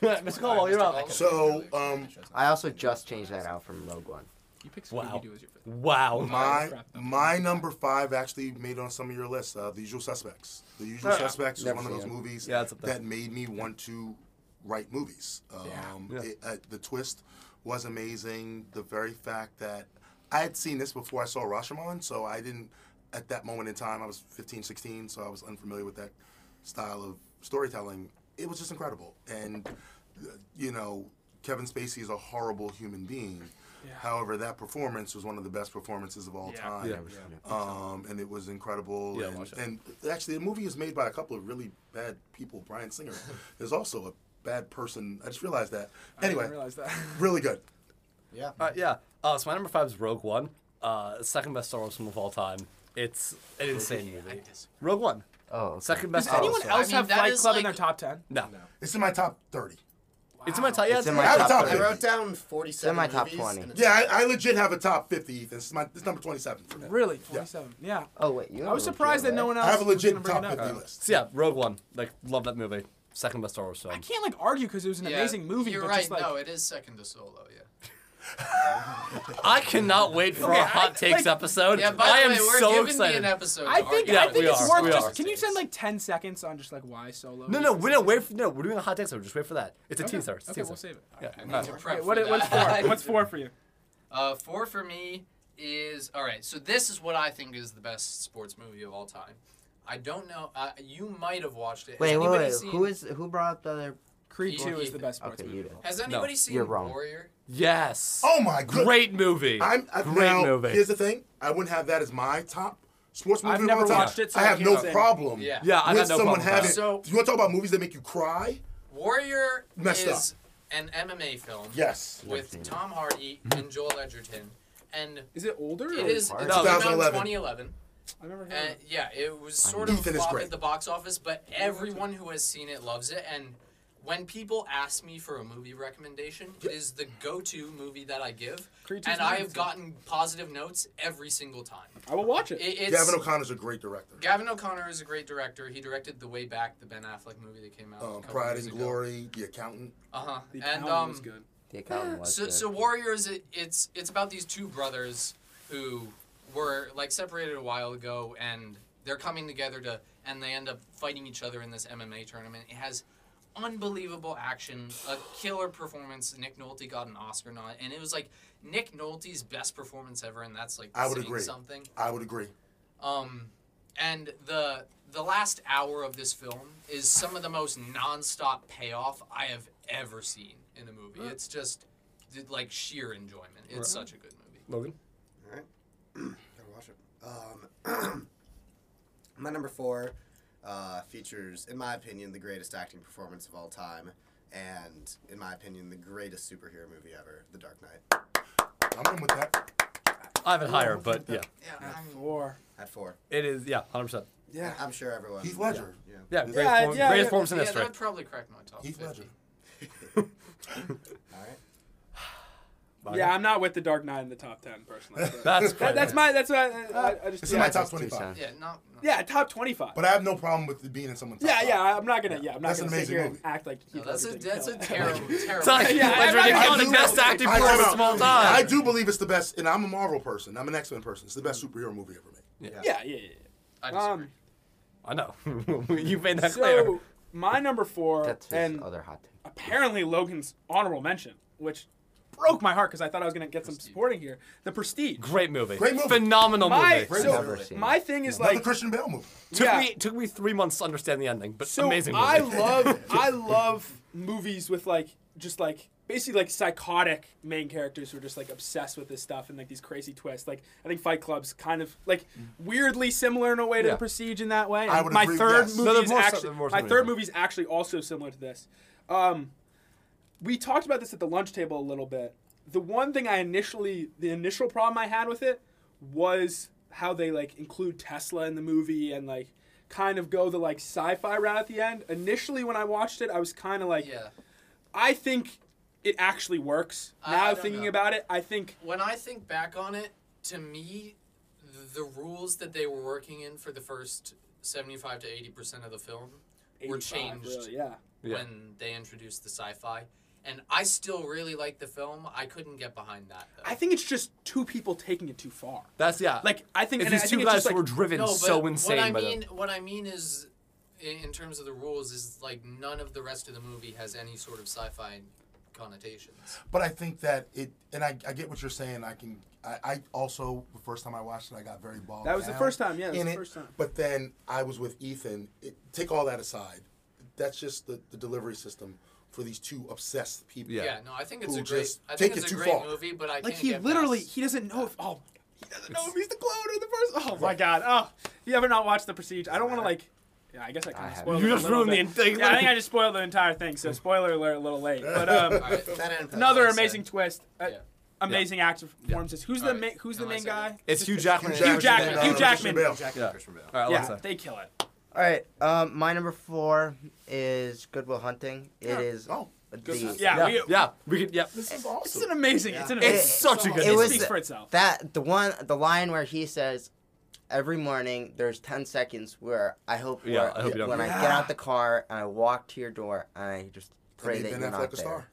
Mr. Caldwell, you're up. So, um, I also just changed that out from Rogue One. You picked Wow. Scooby-Doo as your fifth. Wow. my crap, okay. my number five actually made on some of your lists. Uh, the Usual Suspects. The Usual Yeah. Suspects is Never one of those seen it. movies Yeah, it's up there. that made me want to write movies. Um, Yeah. it- uh, the twist was amazing. The very fact that I had seen this before I saw Rashomon, so I didn't. At that moment in time, I was 15, 16, so I was unfamiliar with that style of storytelling. It was just incredible, and uh, you know, Kevin Spacey is a horrible human being. However, that performance was one of the best performances of all Yeah. time. Yeah. Um, and it was incredible. Yeah, and, watch it. and actually, the movie is made by a couple of really bad people. Brian Singer is also a bad person. I just realized that. I Anyway, didn't realize that. really good. Yeah. Uh, yeah. Uh, so my number five is Rogue One, uh, second best Star Wars film of all time. It's an insane movie. Rogue One, Oh, okay. second best. Does Star Wars anyone film. else I mean, have that Fight is Club in like- their top ten? No. It's in my top 30. It's in my top. Yeah, It's in my I have a top top three. I fifty. wrote down 47 my top movies 20. and it's- Yeah, I, I legit have a top 50, Ethan. This is my this is number 27 for me. Really, twenty-seven. Yeah. Oh wait, you. I was surprised that no one else. I have a was gonna legit bring it top up. 50 list. So yeah, Rogue One. Like, love that movie. Second best Star Wars film. I can't like argue because it was an Yeah, amazing movie. You're but right. Just, like, no, it is second to Solo. Yeah. I cannot wait for Okay, our I- hot takes like- episode. Yeah. By I the am way, we're so giving me excited. an episode. to I think argue I Yeah, about think we it's are, this. worth we just. are. Can you spend like ten seconds on just like why No, Solo? is no, the we success? don't wait for no. We're doing a hot take, so just wait for that. It's a Okay. teaser. It's a Okay, teaser. we'll save it. Yeah. I need to Alright. prep Okay, what, for what's that. four? What's four for you? Uh, four for me is all right. So this is what I think is the best sports movie of all time. I don't know. Uh, you might have watched it. Has Wait, wait, anybody wait. Seen, Who is who brought up the other? Creed Keith- Two is the best Okay, sports you movie. did. Has anybody seen you're wrong. Warrior? Yes. Oh my god. great movie. I'm I, great now, movie. Here's the thing: I wouldn't have that as my top sports movie. I've of never all time. watched it, so I I have can't no say. problem. Yeah. Yeah, I with got no someone problem with having. that. So- you want to talk about movies that make you cry? Warrior Messed up. is an MMA film. Yes. With Yes. Tom Hardy and Joel Edgerton, and Is it older? it or- is Hardy. it came out in 2011. 2011. I never heard. And of it. yeah, it was sort knew of Ethan a is flop great. at the box office, but everyone who has seen it loves it. And when people ask me for a movie recommendation, it is the go-to movie that I give, Creed two's and I mine, have too. gotten positive notes every single time. I will watch it. It, it's Gavin O'Connor's a great director. Gavin O'Connor is a great director. He directed The Way Back, the Ben Affleck movie that came out. Um, Pride and Glory, The Accountant. Uh huh. The And Accountant um, was good. The accountant was so, the- so Warriors, it, it's it's about these two brothers who were like separated a while ago, and they're coming together to, and they end up fighting each other in this MMA tournament. It has unbelievable action, a killer performance. Nick Nolte got an Oscar nod, and it was like Nick Nolte's best performance ever, and that's like I would saying agree. something. I would agree. Um, and the the last hour of this film is some of the most nonstop payoff I have ever seen in a movie. It's just d- like sheer enjoyment. It's such a good movie. Logan. Alright. Gotta watch it. Um, my number four uh, features, in my opinion, the greatest acting performance of all time, and in my opinion, the greatest superhero movie ever, The Dark Knight. I'm in with that. I have it higher, but yeah, Yeah, I mean, Four. At four. it is. Yeah, hundred percent. Yeah. I'm sure everyone. Heath Ledger. Yeah. Yeah, greatest, Yeah, form, yeah, greatest yeah. performance in yeah, that history. would probably crack my top Heath 50. Ledger. All right. Yeah, I'm not with the Dark Knight in the top ten personally. so- That's That- great. that's my. That's what I, I, I just. This yeah, is my it's- top Two 25. cents. Yeah, not, not Yeah, top twenty-five. But I have no problem with it being in someone's top yeah, five. yeah. I'm not gonna. Yeah, I'm not That's an gonna sit amazing here and movie. act like. No, Heath that's a Ledger that's a didn't kill terrible, terrible. Sorry, Yeah, yeah, I- Ledger I- didn't I- count I it. do- best acting I, performance time of all out. time. I do believe it's the best, and I'm a Marvel person. I'm an X Men person. It's the best superhero movie ever made. Yeah, yeah, yeah. I yeah. disagree. Um. I know. you made that clear. So my number four That's his and other hot take. apparently Logan's honorable mention, which broke my heart because I thought I was gonna get some supporting here. The Prestige. Great movie. Great movie. Phenomenal My movie. Great so Never seen my thing is Another like Christian Bale movie. Took yeah. me took me three months to understand the ending, but So amazing movie. I love I love movies with like just like basically like psychotic main characters who are just like obsessed with this stuff and like these crazy twists. Like I think Fight Club's kind of like weirdly similar in a way to Yeah. the Prestige in that way. Mm. I And would my agree, third yes. No, movie they're more is si- actually they're more my similar, third yeah. movie is actually also similar to this. Um, we talked about this at the lunch table a little bit. The one thing I initially the initial problem I had with it was how they like include Tesla in the movie and like kind of go the like sci-fi route at the end. Initially when I watched it, I was kind of like Yeah. I think it actually works. I- Now I don't thinking know. about it, I think When I think back on it, to me, th- the rules that they were working in for the first 75 to 80 percent of the film were 85, changed really, yeah. Yeah. when they introduced the sci-fi. And I still really like the film. I couldn't get behind that. Though. I think it's just two people taking it too far. That's yeah. Like I think it's and I these two think guys it's just, who like, were driven no, but so insane uh, What I by mean, the what I mean is, i- in terms of the rules, is like none of the rest of the movie has any sort of sci-fi connotations. But I think that it, and I, I get what you're saying. I can, I, I also the first time I watched it, I got very bogged. That was the down first time, yeah, that was in the it. first time. But then I was with Ethan. It, take all that aside. That's just the, the delivery system for these two obsessed people. Yeah. Yeah, no, I think it's Who a great. just I take think it it's too a great far. movie, but I Like can't he get literally, past- he doesn't know if oh, he doesn't know if he's the clone or the person. Oh my god! Oh, you ever not watched the Prestige? I don't want to like Yeah, I guess I I kind of haven't. spoiled. You it a just little ruined the bit. entire- Yeah, I think I just spoiled the entire thing. So spoiler alert, a little late. But um, Alright. That and- another that's it. amazing twist. Uh, Yeah. Amazing actor performances. Who's the Alright. ma- who's the And I main said guy? It's Hugh Jackman. Hugh Jackman. No, Hugh no, Jackman. Christian Bale. Jackman, Yeah. Christian Bale. All right, Yeah, Alexa. they kill it. All right. Um, my number four is Goodwill Hunting. It is Oh, the Yeah, Yeah, we- yeah, we could. Yeah, this is It's awesome. an amazing. It's an It's amazing. such a good- It, It was- speaks for itself. that the one the line where he says, "Every morning there's ten seconds where I hope Yeah, where- I hope you don't- when I get out the car and I walk to your door and I just pray And that Ben you're Affleck not a there." star.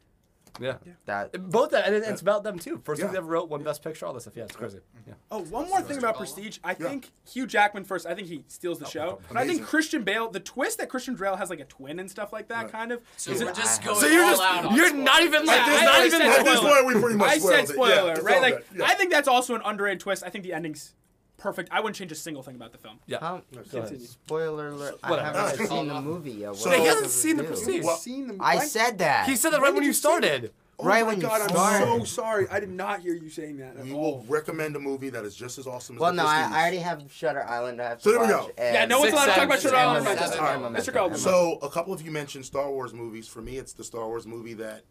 yeah. That Both that, and it- it's about them too. First thing Yeah. Mm-hmm. they ever wrote, one Best Picture, all this stuff. Yeah, it's crazy. Yeah. Oh, one more thing about Sylvester Prestige. I think Hugh Jackman first. I think he steals the show. But I think Oh, amazing. Christian Bale. The twist that Christian Bale has like a twin and stuff like that, kind of. So Is we're it- just I- going So So you're all just out on you're spoilers. not even Yeah, like I there's not already even said like At this spoiler. point, we pretty much I spoiled said it. spoiler, yeah, it's right? all Like, good. Yeah. I think that's also an underrated twist. I think the ending's perfect. I wouldn't change a single thing about the film. yeah. how, Go ahead. Continue. spoiler alert! Whatever. I haven't even Call seen the off. movie yet. What So- am He I hasn't supposed seen to the do? Prestige. Well- seen the. I said that. He said that right when did you you say that? started. Oh right my when you God, started. I'm so sorry. I did not hear you saying that. At We will recommend a movie that is just as awesome as Well, The no, I, Prestige. I already have Shutter Island. I have So to there we watch. go. and- Yeah, no one's Six allowed to talk about Sense and Shutter Island. right Memento. now. All right, Mr. Goldblum. So, a couple of you mentioned Star Wars movies. For me, it's the Star Wars movie that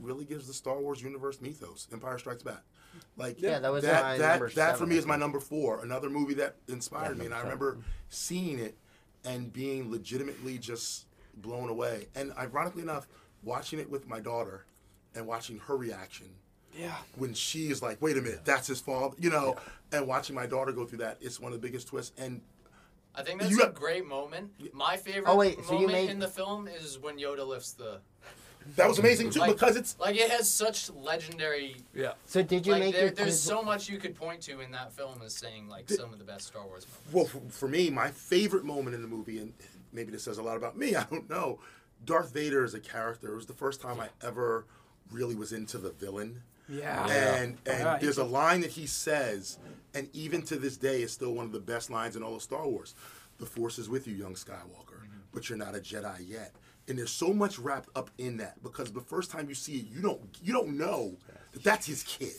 really gives the Star Wars universe mythos. Empire Strikes Back. Like Yeah, that was my that that, number that for seven, me I is my think. number four. Another movie that inspired me, and I number remember seeing it and being legitimately just blown away. And ironically enough, watching it with my daughter and watching her reaction yeah. when she is like, "Wait a minute, that's his father," you know, and watching my daughter go through that, it's one of the biggest twists. And I think that's You a got- great moment. My favorite Oh, wait, so you moment made- in the film is when Yoda lifts the. that was amazing too Like- because it's Like it has such legendary. Yeah. So did you like make there, your there's kids? so much you could point to in that film as saying like some of the best Star Wars moments. Well, for, for me, my favorite moment in the movie, and maybe this says a lot about me, I don't know. Darth Vader is a character. It was the first time I ever really was into the villain. Yeah. And and Yeah, he there's a line that he says, and even to this day, is still one of the best lines in all of Star Wars. The Force is with you, young Skywalker, but you're not a Jedi yet. And there's so much wrapped up in that because the first time you see it, you don't you don't know that that's his kid.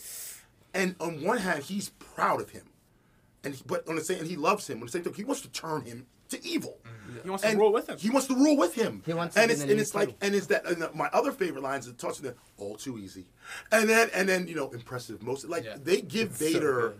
And on one hand, he's proud of him, and he, but on the same, and he loves him. On the same token, he wants to turn him to evil. Mm-hmm. He wants And to rule with him. He wants to rule with him. He wants to and be it's the and new it's like king. and is that and the- my other favorite lines that talks to them all too easy, and then and then you know impressive most like Yeah. they give so Vader good.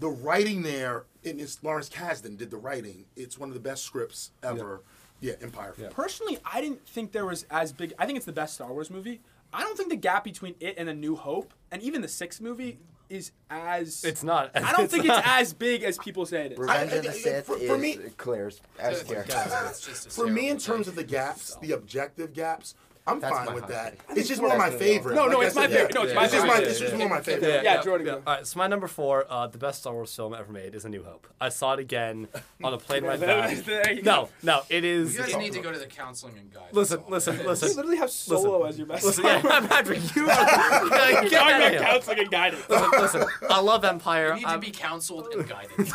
the writing there. And it's Lawrence Kasdan did the writing. It's one of the best scripts ever. Yeah, Empire. Yeah. Personally, I didn't think there was as big. I think it's the best Star Wars movie. I don't think the gap between it and A New Hope, and even the sixth movie, is as. It's not. I don't It's think not. it's as big as people say it is. Revenge I- of the I- I- Sith for- for is me- it clears as Like, character. guys, it's just a For me, terrible in terms thing. of the gaps, the objective gaps, I'm That's my fine with hot that. take. It's just one of my That's gonna be favorite. No, Oh, no, Like I it's my said, favorite. No, it's yeah. my It's just favorite. my. Yeah, It's just yeah, one of my favorite. Yeah, Jordan, go. All right, so my number four, uh, the best Star Wars film ever made, is A New Hope. I saw it again on a plane ride There- there back. you No, go. no, it is. You guys it- need to go to the counseling and guidance. listen, office. listen, You listen, literally have Solo as your best. listen. Star Yeah, Wars. Patrick, you are like, get Talking out about of here. counseling and guidance. Oh Listen, I love Empire. You need to I'm- be counseled and guided.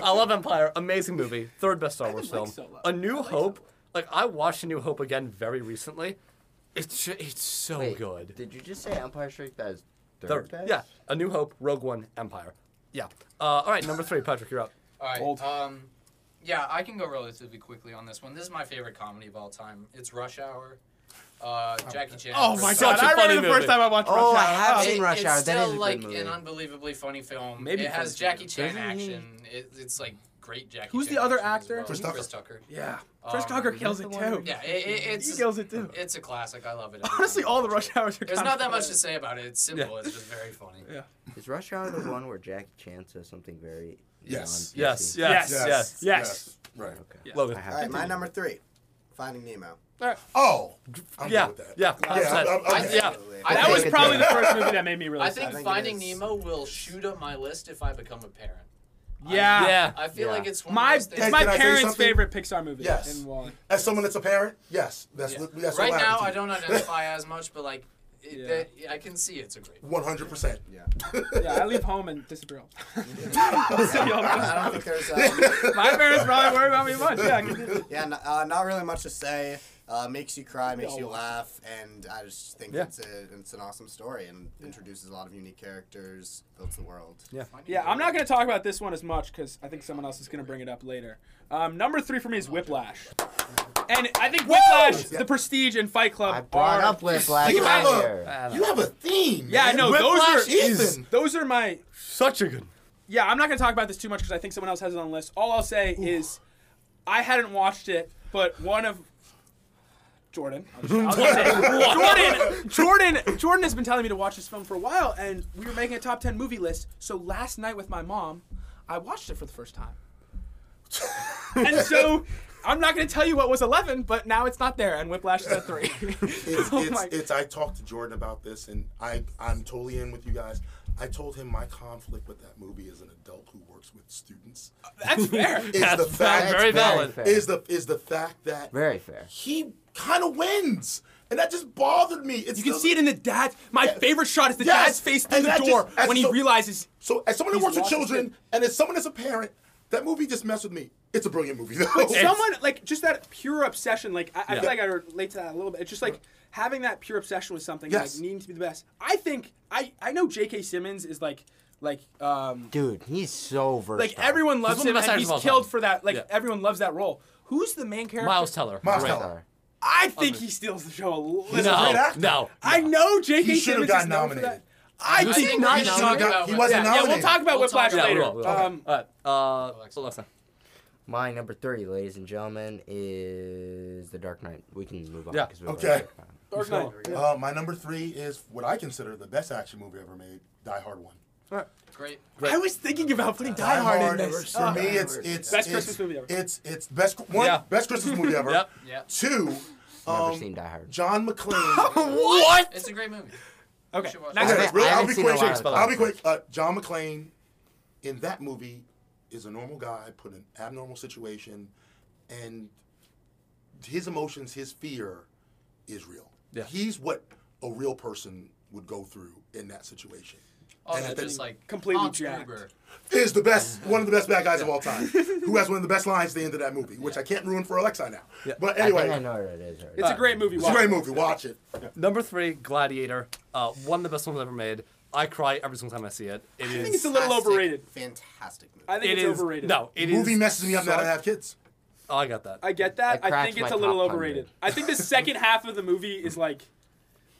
I love Empire. Amazing movie. Third best Star Wars like film. Solo. A New Hope. Like I watched A New Hope again very recently. It's ju- it's so Wait, good. Did you just say Empire Strikes Back is third? Third. best? Yeah. A New Hope, Rogue One, Empire. Yeah. Uh, all right, number three, Patrick, you're up. All right. Bold. Um, yeah, I can go relatively quickly on this one. This is my favorite comedy of all time. It's Rush Hour. Uh, Jackie Chan. Oh Chris my Such god! a I remember funny the movie. first time I watched. Oh, Rush I Hour. have Oh, seen It- Rush it's Hour. still That is a good like movie. an unbelievably funny film. Maybe it has Forrest Jackie Chan Doesn't he- action. It, it's like great Jackie. Who's Chan the other action as actor? well. Chris Tucker. Tucker. Yeah. Um, Oh, Chris Tucker kills the it one too. who- Yeah, it, it, it's He kills it too. It's a classic. I love it. Honestly, all the Rush Hours are. There's kinda not that much funny. to say about it. It's simple. It's just very funny. Yeah. Is Rush Hour the one where Jackie Chan says something very? Yes. non-PC? Yes, yes, yes. Yes. yes. Yes. Right. Okay. Yeah. Logan. I All right, have. my number three, Finding Nemo. Oh, I'm yeah, good with that. yeah, Yeah, I'm- 100%. I'm- I think- yeah. I That think- was probably the first movie that made me I realize. think that. think it Finding is. Nemo will shoot up my list if I become a parent. Yeah. yeah. I feel Yeah. like it's one My of those it's things. Hey, my can I tell you parents' something? favorite Pixar movie. Yes. And Wall-E. As someone that's a parent, yes. That's Yeah. that's right what now, I happened don't identify as much, but like, it, Yeah. that, I can see it's a great. to One hundred percent. Yeah. Yeah, I leave home and disappear. I my don't think there's. Um, parents probably worry about me much. Yeah. I can do- yeah, n- uh, not really much to say. uh, makes you cry, makes you Oh. laugh, and I just think Yeah. it's a it's an awesome story and introduces a lot of unique characters, builds the world. Yeah. Yeah, I'm not going to talk about this one as much because I think someone else is going to bring it up later. Um, number three for me is Whiplash. And I think Whiplash, The Prestige, and Fight Club I brought are- up Whiplash You have last a- year. You have a theme. Yeah, I man. know. Whiplash Those are Ethan. those are my. Such a good. Yeah, I'm not going to talk about this too much because I think someone else has it on the list. All I'll say is, I hadn't watched it, but one of Jordan. I'll just- I'll just say it. Jordan, Jordan, Jordan has been telling me to watch this film for a while, and we were making a top ten movie list. So last night with my mom, I watched it for the first time. and so I'm not going to tell you what was 11, but now it's not there, and Whiplash is at three. It's, Oh it's, my- it's, I talked to Jordan about this, and I, I'm totally in with you guys. I told him my conflict with that movie as an adult who works with students That's fair. is the fact Very valid. fair. is the is the fact that Very fair. he kind of wins, and that just bothered me. It's You can the- see it in the dad's. My favorite shot is the Yes, dad's face through and the that door just- as when he so- realizes. So as someone who He's works with lost his children, and as someone that's a parent, that movie just messed with me. It's a brilliant movie though. But someone like just that pure obsession. Like I, I feel Yeah. like I relate to that a little bit. It's just like having that pure obsession with something, Yes. like needing to be the best. I think I I know J.K. Simmons is like like um Dude, he's so versatile. like everyone one loves of the him best and actors he's of all killed time. for that. Like Yeah. everyone loves that role. Who's the main character? Miles Teller. Miles Right. Teller. Sorry. I think he steals the show a little. a great No, actor. no. I know J.K. He Simmons should have is gotten known for that. nominated. I I think think not we should Sean talk Gunn. about He what- wasn't yeah, yeah, we'll nominated. talk about We'll Whiplash talk about Yeah, we later. will. we will. Um, All right. Uh, Alexa. My number three, ladies and gentlemen, is The Dark Knight. We can move on. Yeah. 'cause we've Okay. already talked about it. Dark Knight. Uh, my number three is what I consider the best action movie ever made, Die Hard One. Great. I was thinking about putting Die Hard in this. For Uh, me, it's it's Best it's- Christmas movie ever. It's it's best one Yeah. best Christmas movie ever. Yep. Yep. Two, Never um, seen Die Hard. John McClane. What? It's a great movie. Okay. should watch Next that. one. Okay, haven't- really, I I'll haven't be seen a quick. lot of I'll be them. quick. Uh, John McClane in that movie is a normal guy put in an abnormal situation, and his emotions, his fear, is real. Yeah. He's what a real person would go through in that situation. Also, And I think- just like Completely Hans jacked. Gruber. Is the best one of the best bad guys of all time, who has one of the best lines at the end of that movie, which I can't ruin for Alexa now. But I anyway, think I know what it is. already. It's a great movie. it's a watch. great movie. Watch it. Number three, Gladiator. Uh, one of the best ones ever made. I cry every single time I see it. It think it's is. a little Fantastic- overrated. Fantastic movie. I think it it's is- overrated. No, it is. movie messes me up now that I have kids. Oh, I got that. I get that. It I cracks think it's my a little top overrated. 100. I think the second half of the movie is like,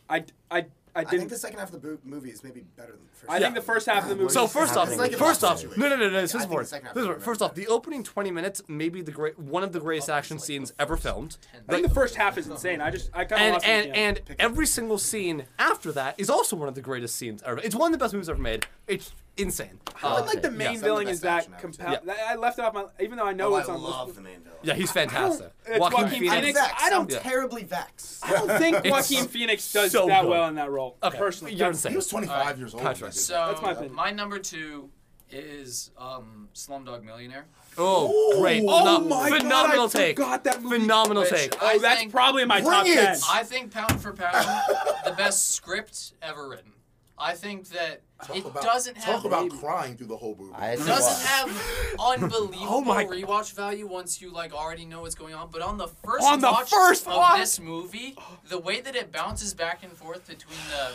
I, I, I I think didn't. the second half of the bo- movie is maybe better than the first. I think the first half of the movie. So is- first off, It's like a first off, boxing no, situation. no, no, no. This Yeah, I is think important. the second half This is is important. First off, better. the opening 20 minutes, maybe the great, one of the greatest action scenes ever filmed. I think the first half is insane. I just, I kind of And lost. it at and the end. and every single scene after that is also one of the greatest scenes ever. It's one of the best movies ever made. It's insane. I Uh, would like the main Some of the villain best is that action I would say. compel. I left it off my, even though I know Oh, I it's on. love list. the main villain. yeah, he's fantastic. It's Joaquin Joaquin Phoenix. Phoenix. vexed. I don't I'm Yeah. terribly vexed. I don't think Joaquin so- Phoenix does so that good. well in that role. Okay, Personally, you're He insane. was 25 years old. when he Patrick. did that. So That's my opinion. my number two is um, Slumdog Millionaire. Oh, great! Oh Pheno- my God, phenomenal I take. forgot that movie. Phenomenal Which take. I Oh, that's think- probably in my Bring top it! ten. I think pound for pound, the best script ever written. I think that Talk it about- doesn't have Talk about crying through the whole movie. I it think doesn't it's- have unbelievable my- rewatch value once you like already know what's going on. But on the first On the watch first of watch! this movie, the way that it bounces back and forth between the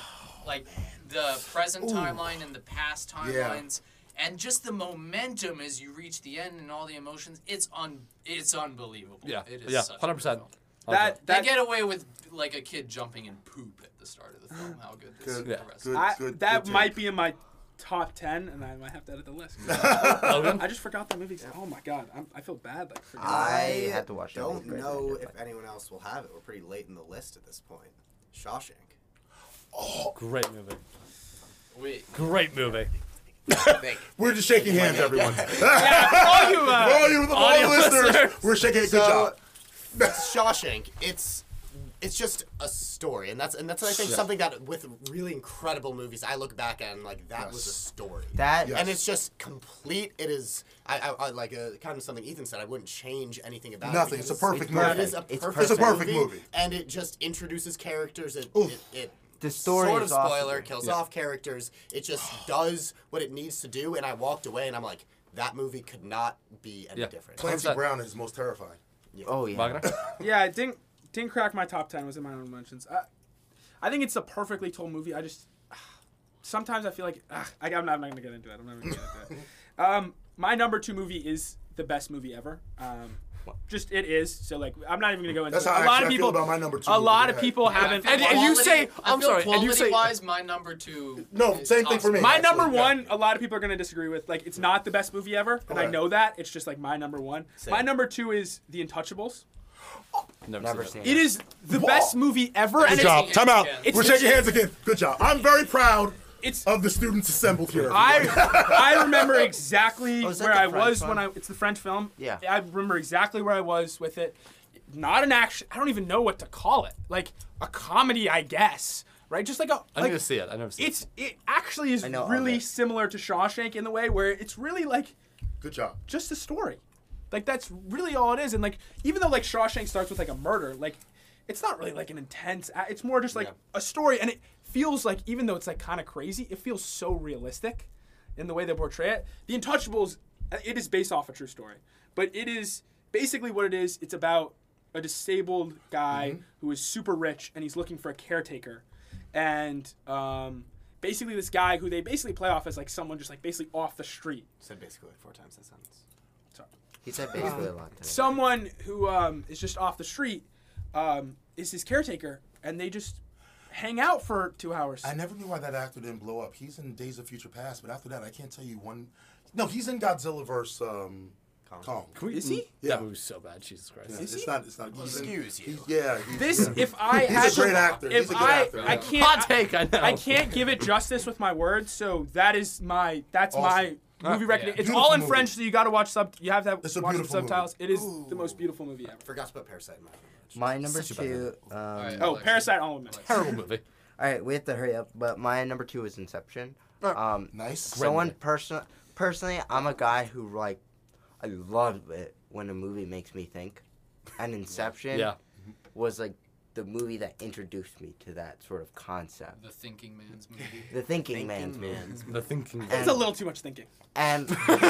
like the present timeline and the past Yeah. timelines. And just the momentum as you reach the end and all the emotions, it's un it's unbelievable. Yeah, It is yeah, such a good hundred percent. film. that that they get away with like a kid jumping in poop at the start of the film. How good this Good, Yeah. the rest. good, I, good, that good take. might be in my top 10 and i might have to edit the list Logan? i just forgot the movies oh my god I'm, i feel bad like forgetting. I had to watch that Don't movie right know after. if anyone else will have it. We're pretty late in the list at this point. Shawshank. Great movie. Wait, Great movie. We're just shaking hands, everyone. oh you uh, all you, Audio all listeners, listeners. we're shaking. it. Good So- job. Shawshank. It's it's just a story, and that's and that's I think something that with really incredible movies I look back at and like that was a story. That and it's just complete. It is I, I, I like uh kind of something Ethan said. I wouldn't change anything about Nothing. it. It's a because perfect It's movie. It is a perfect. It's perfect. It's a perfect movie. and it just introduces characters. It, Oof. it, it The story sort is of awesome. spoiler kills off characters. It just does what it needs to do. And I walked away, and I'm like, that movie could not be any Yeah. different. Plan- Clancy Brown is most terrifying. Oh yeah. Wagner? yeah i didn't didn't crack my top ten. Was in my own mentions. I, I think it's a perfectly told movie. I just sometimes I feel like ah, I, I'm, not, I'm not gonna get into it. I'm not gonna get into it. Um, my number two movie is the best movie ever. Um, just it is. So like I'm not even gonna go into. That's it. how a actually lot I of feel people. about my number two A movie. lot of Yeah. people haven't. And- and you say- I'm sorry, and you say- wise, my number two. No, is same thing for me. Oscar. my Actually, number yeah. one, a lot of people are going to disagree with. Like, it's not the best movie ever, and I Okay. know that. It's just like my number one. My number two is The Untouchables. Never, Never seen seen it. It is the best movie ever, and Good it's, job. Time out. It's- We're shaking hands again. Good job. I'm very proud it's of the students assembled here. I I remember exactly Oh, is that where the I French was when one? I. It's the French film. Yeah. I remember exactly where I was with it. Not an action. I don't even know what to call it. Like a comedy, I guess. Right? Just like a. I like, need to see it. I never seen it. It's it actually is I know of really it. similar to Shawshank in the way where it's really like Good job. just a story. Like that's really all it is. And like even though like Shawshank starts with like a murder, like it's not really like an intense. a- It's more just like Yeah. a story, and it feels like even though it's like kind of crazy, it feels so realistic in the way they portray it. The Untouchables, uh, it is based off a true story, but it is basically what it is. It's about a disabled guy who is super rich and he's looking for a caretaker, and um, basically this guy who they basically play off as like someone just like basically off the street. said basically like four times that sentence. He said basically a lot. Today. someone who um, is just off the street um, is his caretaker, and they just hang out for two hours. I never knew why that actor didn't blow up. He's in Days of Future Past, but after that, I can't tell you one. No, he's in Godzilla verse um, Kong. is he? Yeah. That movie's so bad. Jesus Christ. Yeah, Is it's he? not. It's not. he's in- Excuse you. he's- yeah. He's, This, yeah. if I He's a had to- great actor. He's if a good I, actor, I yeah. can't, Hot take. I know. I can't give it justice with my words, so that is my that's Awesome. my movie recommendation. It's Beautiful all in movie. French, so you got to watch sub. You have to It's a watch with beautiful movie. subtitles. It is the most beautiful movie ever. Forgot to put Parasite in my recommendation. My number Such a bad two. Um, right. Oh, Alexis. Parasite on Women. Terrible movie. All right, we have to hurry up. But my number two is Inception. Um, nice. someone person personally, I'm a guy who like, I love it when a movie makes me think, and Inception Yeah. was like the movie that introduced me to that sort of concept, The Thinking Man's movie. the thinking, man's man, The thinking. It's a little too much thinking. and maybe,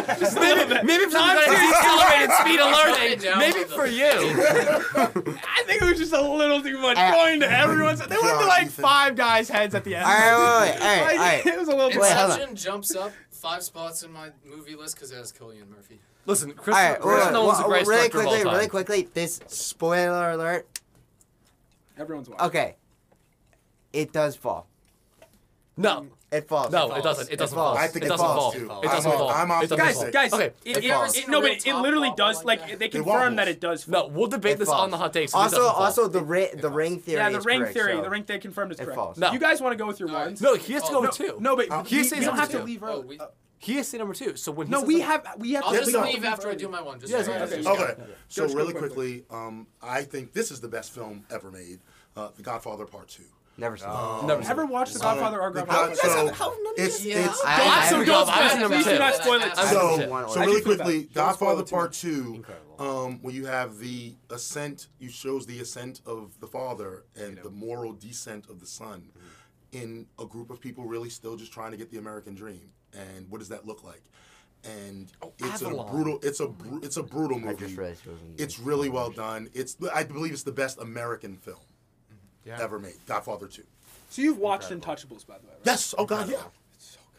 maybe for some kind of accelerated speed Slow it alerting. down Maybe with for the- you. I think it was just a little too much Uh, going to everyone's. They went to God, like Ah. Ethan. five guys' heads at the end. all right, wait, wait, all right, all I- right. It was a little too Wait, hold Inception jumps up five spots in my movie list because it has Killian Murphy. Listen, Chris, All right, Chris wait, Nolan's wait, the greatest really director quickly, of all time. really quickly. This spoiler alert. Everyone's watching. Okay, it does fall. No, It falls. no, falls. it doesn't. It doesn't falls. fall. I It think it doesn't falls, fall. It too. doesn't I'm- fall. I'm It doesn't Guys, fall. guys, Okay. it, Have it, you ever it- seen a no, but real it, it top literally model does. like Like, that? they It confirm that wobbles. it does. No, Fall. we'll debate It this falls. on the hot takes. Also, also the the ri- the ring theory. yeah, the is ring correct, theory. so- The ring they confirmed is correct. falls. No. You guys want to go with your All right. ones? no, he has to go no, with two. no, but Um, he, he we says don't number have to two. leave Uh, Oh, early. we, he has to number two. So when he No, says we number- have we have. I'll to just leave. leave after I do my one. Just Yeah, so you yeah, guys yeah. can- Okay, so Judge, go really quickly. quickly, um, I think this is the best film ever made, uh, The Godfather Part Two. Never seen. it. Oh. Never Never seen it. watched The Godfather or The Grandfather. God- so it's, Yeah. it's I- Don't- I so don't haven't gone- I've seen spoil it. number Please do two. not spoil it. I've seen so, it. so I really do feel that. quickly, Don't spoil Godfather it too Part much. Two, Incredible. um, when you have the ascent, you shows the ascent of the father and the moral descent of the son, in a group of people really still just trying to get the American dream, and what does that look like? And it's Avalon. a brutal, it's a bru- it's a brutal movie. I just realized it wasn't. It's really well done. It's I believe it's the best American film ever made. Godfather Two. So you've watched Untouchables, by the way. Right? Yes. Oh God, yeah.